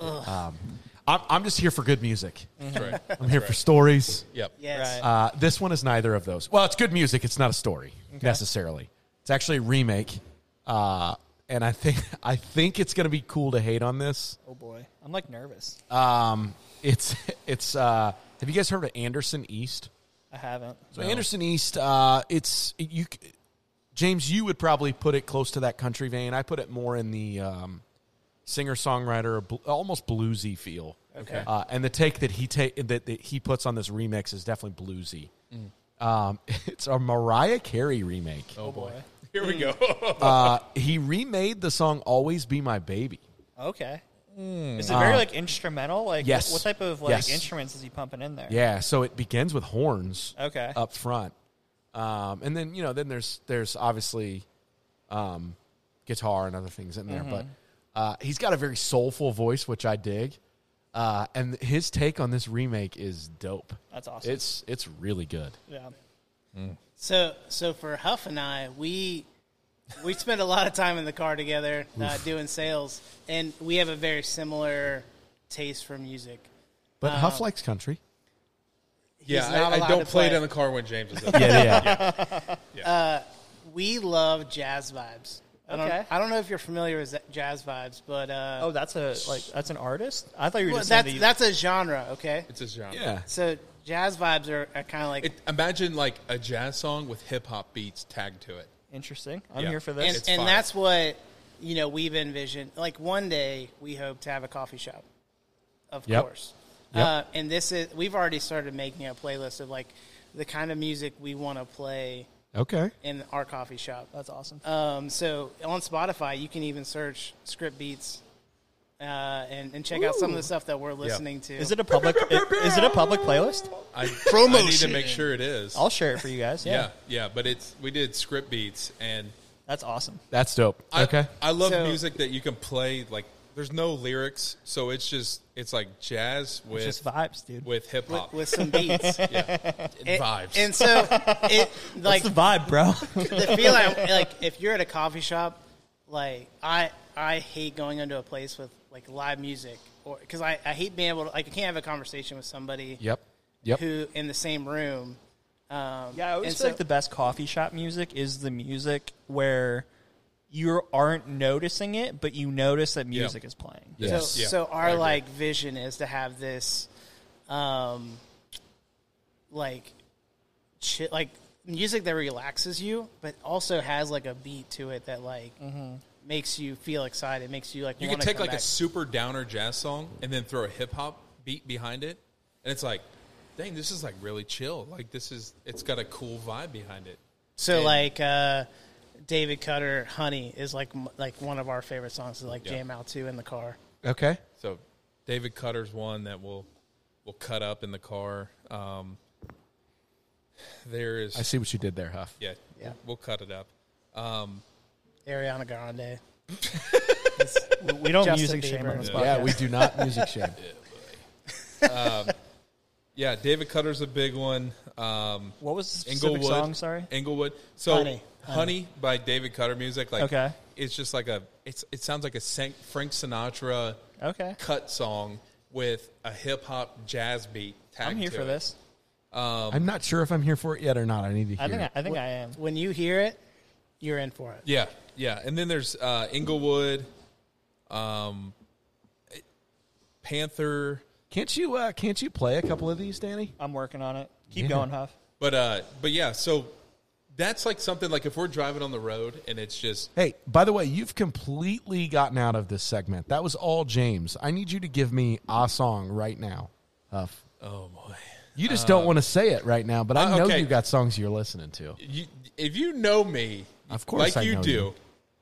Speaker 6: I'm, I'm just here for good music.
Speaker 9: That's right.
Speaker 6: I'm here for stories.
Speaker 9: Yep.
Speaker 8: yes.
Speaker 5: Right.
Speaker 6: Uh, this one is neither of those. Well, it's good music. It's not a story necessarily. It's actually a remake, uh, and I think I think it's going to be cool to hate on this.
Speaker 5: Oh boy, I'm like nervous.
Speaker 6: Um, it's it's uh, have you guys heard of Anderson East?
Speaker 5: I haven't.
Speaker 6: So Anderson East, uh, it's you, c- James. You would probably put it close to that country vein. I put it more in the um, singer songwriter, bl- almost bluesy feel. Okay. Uh, and the take that he take that, that he puts on this remix is definitely bluesy. Um, it's a Mariah Carey remake.
Speaker 7: Mm. Oh boy. Here we go.
Speaker 6: Uh, he remade the song "Always Be My Baby."
Speaker 5: Okay. Is it very like instrumental? Like
Speaker 6: Hmm. Ah. yes.
Speaker 5: what, what type of like
Speaker 6: Yes.
Speaker 5: instruments is he pumping in there?
Speaker 6: Yeah, Uh, so it begins with
Speaker 7: Oh,
Speaker 6: horns.
Speaker 5: Okay.
Speaker 6: Up front, um, and then you know, then there's there's obviously um, guitar and other things in there,
Speaker 5: Mm-hmm.
Speaker 6: but uh, he's got a very soulful voice, which I dig. Uh, and his take on this remake is dope.
Speaker 5: That's awesome.
Speaker 6: It's it's really good.
Speaker 5: yeah.
Speaker 8: So, so for Huff and I, we we spend a lot of time in the car together uh, doing sales, and we have a very similar taste for music.
Speaker 6: But
Speaker 5: Um,
Speaker 6: Huff likes country.
Speaker 7: yeah,
Speaker 8: not
Speaker 7: I,
Speaker 8: allowed
Speaker 7: I don't
Speaker 8: to
Speaker 7: play it
Speaker 8: play.
Speaker 7: in the car when James is up.
Speaker 6: Yeah, yeah.
Speaker 8: We love jazz vibes. I don't,
Speaker 5: Okay.
Speaker 8: I don't know if you're familiar with za- jazz vibes, but uh,
Speaker 5: Oh, that's a like that's an artist. I thought you were
Speaker 8: well,
Speaker 5: just saying
Speaker 8: that's
Speaker 5: that you-
Speaker 8: that's a genre. Okay,
Speaker 7: It's his genre.
Speaker 6: yeah.
Speaker 8: so jazz vibes are, are kind of like
Speaker 7: It, imagine like a jazz song with hip hop beats tagged to it.
Speaker 5: interesting. I'm
Speaker 7: Yeah.
Speaker 5: here for
Speaker 8: and,
Speaker 5: this.
Speaker 7: It's
Speaker 8: and
Speaker 7: fire.
Speaker 8: that's what you know we've envisioned like one day we hope to have a coffee shop of
Speaker 6: Yep.
Speaker 8: course
Speaker 6: Yep.
Speaker 8: Uh, and this is we've already started making a playlist of like the kind of music we want to play
Speaker 6: Okay.
Speaker 8: in our coffee shop
Speaker 5: that's awesome.
Speaker 8: um, so on spotify you can even search script beats uh, and, and check out some of the stuff that we're listening to
Speaker 5: is it a public? i- is it a public playlist?
Speaker 7: I, Promotion. I need to make sure it is.
Speaker 5: I'll share it for you guys. Oh, Yeah,
Speaker 7: yeah, yeah, but it's we did script beats and
Speaker 5: that's awesome.
Speaker 6: That's dope.
Speaker 7: I,
Speaker 6: okay.
Speaker 7: I love
Speaker 8: So-
Speaker 7: music that you can play like there's no lyrics, so it's just it's like jazz with
Speaker 5: Just vibes, dude.
Speaker 7: with hip hop
Speaker 8: with some beats It-
Speaker 7: vibes.
Speaker 8: and so it like
Speaker 5: What's the vibe, bro?
Speaker 8: the feel I, like if you're at a coffee shop, like I I hate going into a place with like live music or because I, I hate being able to like I can't have a conversation with somebody
Speaker 6: Yep. Yep.
Speaker 8: who in the same room. Um,
Speaker 5: yeah, I always
Speaker 8: and
Speaker 5: feel like the best coffee shop music is the music where you aren't noticing it, but you notice that music is playing.
Speaker 8: so,
Speaker 6: Yes.
Speaker 7: Yeah,
Speaker 8: so
Speaker 7: I
Speaker 8: our
Speaker 7: agree.
Speaker 8: like vision is to have this, um, like, chi- like music that relaxes you, but also has like a beat to it that like
Speaker 5: Mm-hmm.
Speaker 8: makes you feel excited, makes you like
Speaker 7: you can
Speaker 8: wanna
Speaker 7: take
Speaker 8: come
Speaker 7: like a
Speaker 8: back.
Speaker 7: super downer jazz song and then throw a hip hop beat behind it, and it's like, dang, this is like really chill. Like this is it's got a cool vibe behind it.
Speaker 8: So
Speaker 7: And-
Speaker 8: like uh, David Cutter, "Honey" is like m- like one of our favorite songs to like
Speaker 7: Yeah.
Speaker 8: jam out to in the car.
Speaker 6: Okay.
Speaker 7: So David Cutter's one that will will cut up in the car. Um, there is
Speaker 6: I see what you did there, Huff.
Speaker 7: yeah,
Speaker 8: Yeah.
Speaker 7: we'll cut it up.
Speaker 8: Ariana Grande.
Speaker 5: We don't
Speaker 8: Justin
Speaker 5: music shame
Speaker 8: Bieber.
Speaker 5: on this
Speaker 8: Yeah.
Speaker 5: podcast.
Speaker 6: Yeah, we do not music shame.
Speaker 7: Um, Yeah, David Cutter's a big one. Um,
Speaker 5: What was the specific
Speaker 7: Inglewood
Speaker 5: song? Sorry,
Speaker 7: Inglewood. So
Speaker 8: Honey.
Speaker 7: Honey, by David Cutter music. Like
Speaker 5: Okay.
Speaker 7: it's just like a it's it sounds like a San- Frank Sinatra
Speaker 5: Okay.
Speaker 7: cut song with a hip hop jazz beat.
Speaker 5: I'm
Speaker 7: tagged
Speaker 5: here
Speaker 7: to
Speaker 5: for
Speaker 7: it.
Speaker 5: this.
Speaker 6: I'm not sure if I'm here for it yet or not. I need to hear.
Speaker 5: I think I,
Speaker 6: it.
Speaker 5: I think I am.
Speaker 8: When you hear it, you're in for it.
Speaker 7: Yeah, yeah. And then there's uh, Inglewood, um, Panther.
Speaker 6: Can't you uh, can't you play a couple of these, Danny?
Speaker 5: I'm working on it. Keep
Speaker 6: Yeah.
Speaker 5: going, Huff.
Speaker 7: But uh, but yeah. So that's like something like if we're driving on the road and it's just
Speaker 6: Hey, by the way, you've completely gotten out of this segment. That was all James. I need you to give me a song right now. Huff.
Speaker 7: oh boy.
Speaker 6: You just don't want to say it right now, but I
Speaker 7: uh,
Speaker 6: know
Speaker 7: okay.
Speaker 6: you've got songs you're listening to.
Speaker 7: You, if you know me,
Speaker 6: Of course
Speaker 7: like
Speaker 6: I
Speaker 7: you
Speaker 6: know
Speaker 7: do,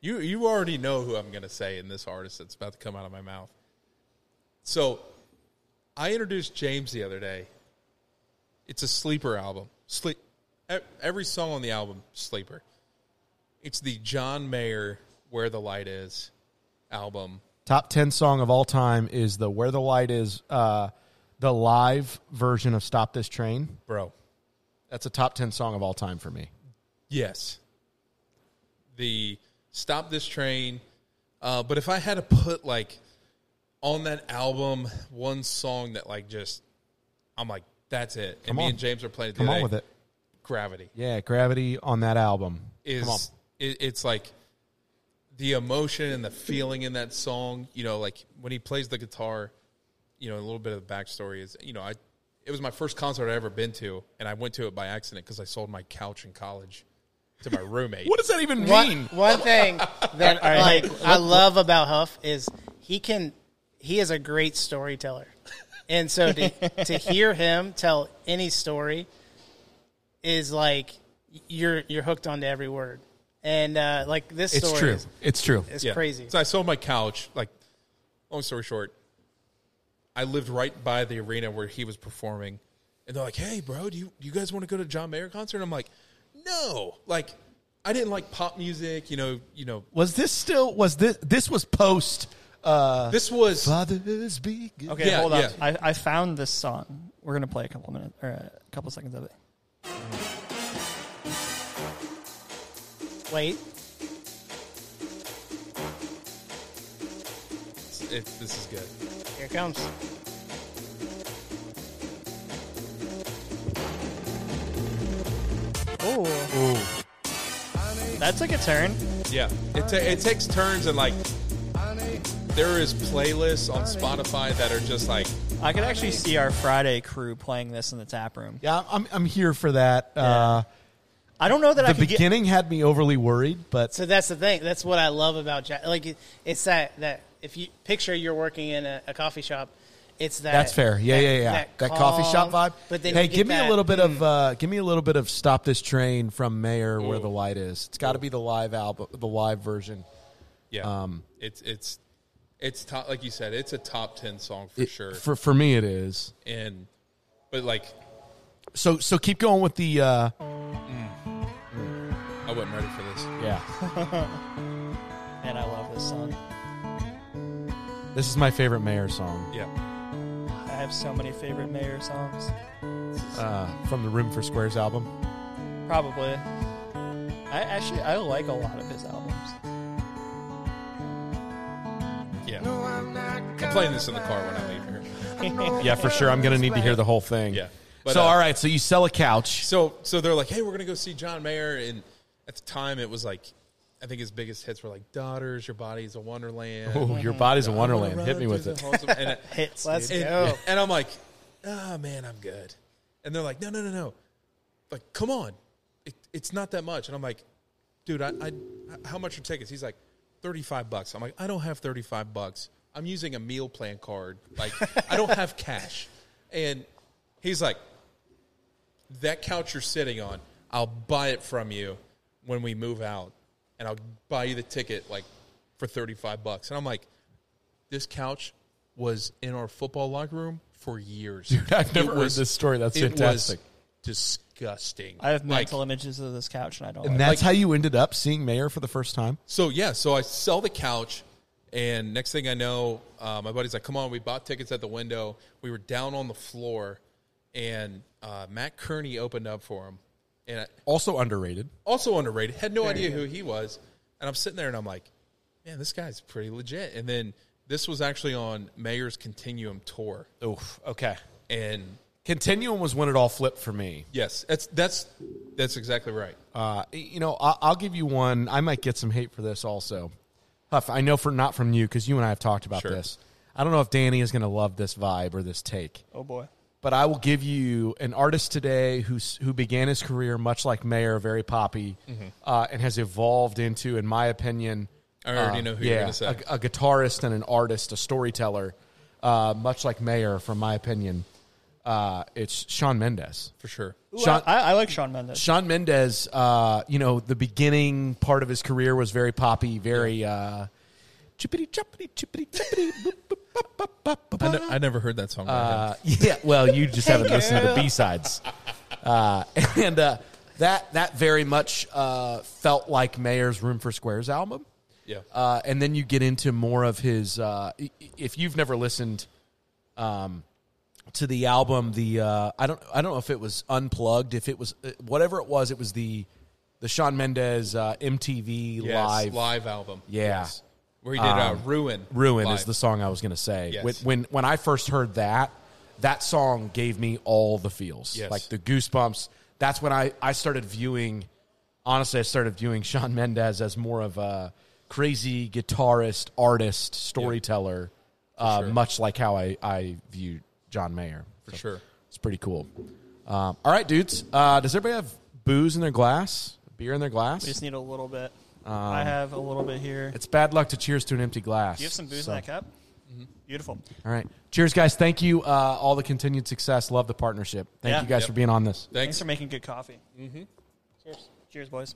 Speaker 7: you. you already know who I'm going to say in this artist that's about to come out of my mouth. So, I introduced James the other day. It's a sleeper album. Sleep. e- Every song on the album, sleeper. It's the John Mayer "Where the Light Is" album.
Speaker 6: Top ten song of all time is the "Where the Light Is," uh, the live version of "Stop This Train."
Speaker 7: Bro,
Speaker 6: That's a top ten song of all time for me.
Speaker 7: Yes. The stop this train. Uh, but if I had to put like on that album one song that like just I'm like that's it. and
Speaker 6: Come
Speaker 7: me
Speaker 6: on.
Speaker 7: and James are playing.
Speaker 6: Come on
Speaker 7: today,
Speaker 6: with it.
Speaker 7: Gravity
Speaker 6: Yeah, Gravity on that album Come on.
Speaker 7: is it, it's like the emotion and the feeling in that song, you know, like when he plays the guitar, you know, a little bit of the backstory is, you know, I it was my first concert I ever been to, and I went to it by accident because I sold my couch in college to my roommate.
Speaker 6: What does that even
Speaker 8: One,
Speaker 6: mean?
Speaker 8: one thing that like I love about Huff is he can he is a great storyteller, and so to, to hear him tell any story is like you're you're hooked onto every word, and uh, like this
Speaker 6: It's
Speaker 8: story
Speaker 6: true.
Speaker 8: is,
Speaker 6: It's true.
Speaker 8: is
Speaker 7: Yeah.
Speaker 8: crazy.
Speaker 7: So I sold my couch. Like, long story short, I lived right by the arena where he was performing, and they're like, "Hey, bro, do you do you guys want to go to John Mayer concert?" I'm like, "No." Like, I didn't like pop music. You know, you know.
Speaker 6: Was this still? Was this? This was post. Uh,
Speaker 7: This was
Speaker 6: Fathers be good.
Speaker 5: Okay,
Speaker 7: Yeah,
Speaker 5: hold up.
Speaker 7: yeah.
Speaker 5: I, I found this song. We're gonna play a couple minutes or a couple seconds of it.
Speaker 8: Wait,
Speaker 7: it, this is good.
Speaker 8: here it comes.
Speaker 5: Oh, that's like a turn.
Speaker 7: Yeah, it ta- it takes turns and like. There is playlists on Spotify that are just like
Speaker 5: I could actually see our Friday crew playing this in the tap room.
Speaker 6: Yeah, I'm I'm here for that. Uh,
Speaker 5: I don't know that I
Speaker 6: the
Speaker 5: could get
Speaker 6: beginning had me overly worried, but
Speaker 8: So that's the thing. That's what I love about Jack. Like it, it's that that if you picture you're working in a, a coffee shop, it's that.
Speaker 6: that's fair. Yeah,
Speaker 8: that-
Speaker 6: yeah, yeah. That, coffee shop
Speaker 8: calm,
Speaker 6: vibe.
Speaker 8: But then
Speaker 6: hey,
Speaker 8: you get
Speaker 6: give me
Speaker 8: that-
Speaker 6: a little bit of uh, give me a little bit of "Stop This Train" from Mayer, where the light is. It's got to be the live album, the live version.
Speaker 7: yeah,
Speaker 6: Um,
Speaker 7: it's it's it's top like you said, it's a top ten song for
Speaker 6: It-
Speaker 7: sure.
Speaker 6: For for me, it is.
Speaker 7: and but like
Speaker 6: So so keep going with the uh,
Speaker 7: I wasn't ready for this.
Speaker 6: yeah.
Speaker 5: Man, I love this song.
Speaker 6: This is my favorite Mayer song
Speaker 7: Yeah,
Speaker 5: I have so many favorite Mayer songs.
Speaker 6: uh, from the Room for Squares album.
Speaker 5: Probably. I actually I like a lot of his albums.
Speaker 7: yeah. I'm playing this in the car when I leave here.
Speaker 6: Yeah, for sure. I'm gonna need to hear the whole thing.
Speaker 7: Yeah. But,
Speaker 6: so
Speaker 7: uh,
Speaker 6: all right, so you sell a couch.
Speaker 7: So so they're like, hey, we're gonna go see John Mayer, and at the time it was like, I think his biggest hits were like "Daughters," "Your Body's a Wonderland."
Speaker 6: Oh, your body's a
Speaker 7: I'm gonna
Speaker 6: wonderland. Hit
Speaker 7: run
Speaker 6: me with
Speaker 7: through
Speaker 6: it.
Speaker 7: the halls of- and,
Speaker 5: Hits.
Speaker 8: Let's
Speaker 5: dude.
Speaker 8: go.
Speaker 7: and I'm like, ah, man, I'm good. And they're like, no, no, no, no. Like, come on, it, it's not that much. And I'm like, dude, I, I, how much are tickets? He's like, thirty five bucks. I'm like, I don't have thirty five bucks. I'm using a meal plan card. Like, I don't have cash. And he's like, that couch you're sitting on, I'll buy it from you when we move out, and I'll buy you the ticket like for thirty five bucks. And I'm like, this couch was in our football locker room for years. Dude,
Speaker 6: I've never heard this story. That's fantastic.
Speaker 7: disgusting.
Speaker 5: I have
Speaker 7: Like,
Speaker 5: mental images of this couch and I don't
Speaker 6: And
Speaker 5: like
Speaker 6: that's how you ended up seeing Mayer for the first time.
Speaker 7: So yeah, so I sell the couch, and next thing I know, uh, my buddy's like, "Come on, we bought tickets at the window. We were down on the floor, and uh, Matt Kearney opened up for him, and I,
Speaker 6: Also underrated.
Speaker 7: also underrated. Had no idea who he was, and I'm sitting there and I'm like, "Man, this guy's pretty legit." And then this was actually on Mayor's Continuum tour,
Speaker 6: Oof. Okay.
Speaker 7: and
Speaker 6: Continuum was when it all flipped for me.
Speaker 7: yes, that's that's that's exactly right.
Speaker 6: Uh, you know, I- I'll give you one. I might get some hate for this also. Huff, I know for not from you because you and I have talked about
Speaker 7: Sure.
Speaker 6: this. I don't know if Danny is going to love this vibe or this take.
Speaker 5: Oh boy.
Speaker 6: but I will give you an artist today who's who began his career much like Mayer, very poppy,
Speaker 7: Mm-hmm.
Speaker 6: uh, and has evolved into, in my opinion,
Speaker 7: I already
Speaker 6: uh,
Speaker 7: know who
Speaker 6: yeah,
Speaker 7: you're going to say.
Speaker 6: A, a guitarist and an artist, a storyteller, uh, much like Mayer, from my opinion. Uh, it's Sean Mendes.
Speaker 7: for sure.
Speaker 6: Sean,
Speaker 5: I, I like Sean Mendes.
Speaker 6: Sean Mendez, uh, you know, the beginning part of his career was very poppy, very uh, chippity choppity chippity chippity. boop, boop, bop, bop, bop, bop,
Speaker 7: I, ne- I never heard that song. Uh,
Speaker 6: uh, yeah, well, you just haven't listened to the B sides, uh, and uh, that that very much uh, felt like Mayer's Room for Squares album.
Speaker 7: yeah,
Speaker 6: Uh, and then you get into more of his. Uh, i- i- if you've never listened um, to the album, the uh, I don't I don't know if it was unplugged, if it was uh, whatever it was, it was the the Sean Mendez uh, MTV
Speaker 7: Yes,
Speaker 6: live.
Speaker 7: live album.
Speaker 6: Yeah. Um,
Speaker 7: where he did uh, "Ruin."
Speaker 6: Ruin
Speaker 7: live.
Speaker 6: is the song I was going to say.
Speaker 7: Yes.
Speaker 6: When, when when I first heard that, that song gave me all the feels,
Speaker 7: Yes.
Speaker 6: like the goosebumps. That's when I I started viewing. Honestly, I started viewing Sean Mendez as more of a crazy guitarist, artist, storyteller, uh, much like how I, I view John Mayer.
Speaker 7: For sure.
Speaker 6: It's pretty cool. Um, all right, dudes. Uh, does everybody have booze in their glass? Beer in their glass?
Speaker 8: We just need a little bit. I have a little bit here.
Speaker 6: it's bad luck to cheers to an empty glass.
Speaker 8: Do you have some booze
Speaker 6: So-
Speaker 8: in that cup? Beautiful.
Speaker 6: All right. Cheers, guys. Thank you. Uh, all the continued success. Love the partnership. Thank
Speaker 8: Yeah.
Speaker 6: you guys
Speaker 7: Yep.
Speaker 6: for being on this.
Speaker 8: Thanks
Speaker 7: Thanks.
Speaker 8: for making good coffee. Mm-hmm. Cheers. Cheers, boys.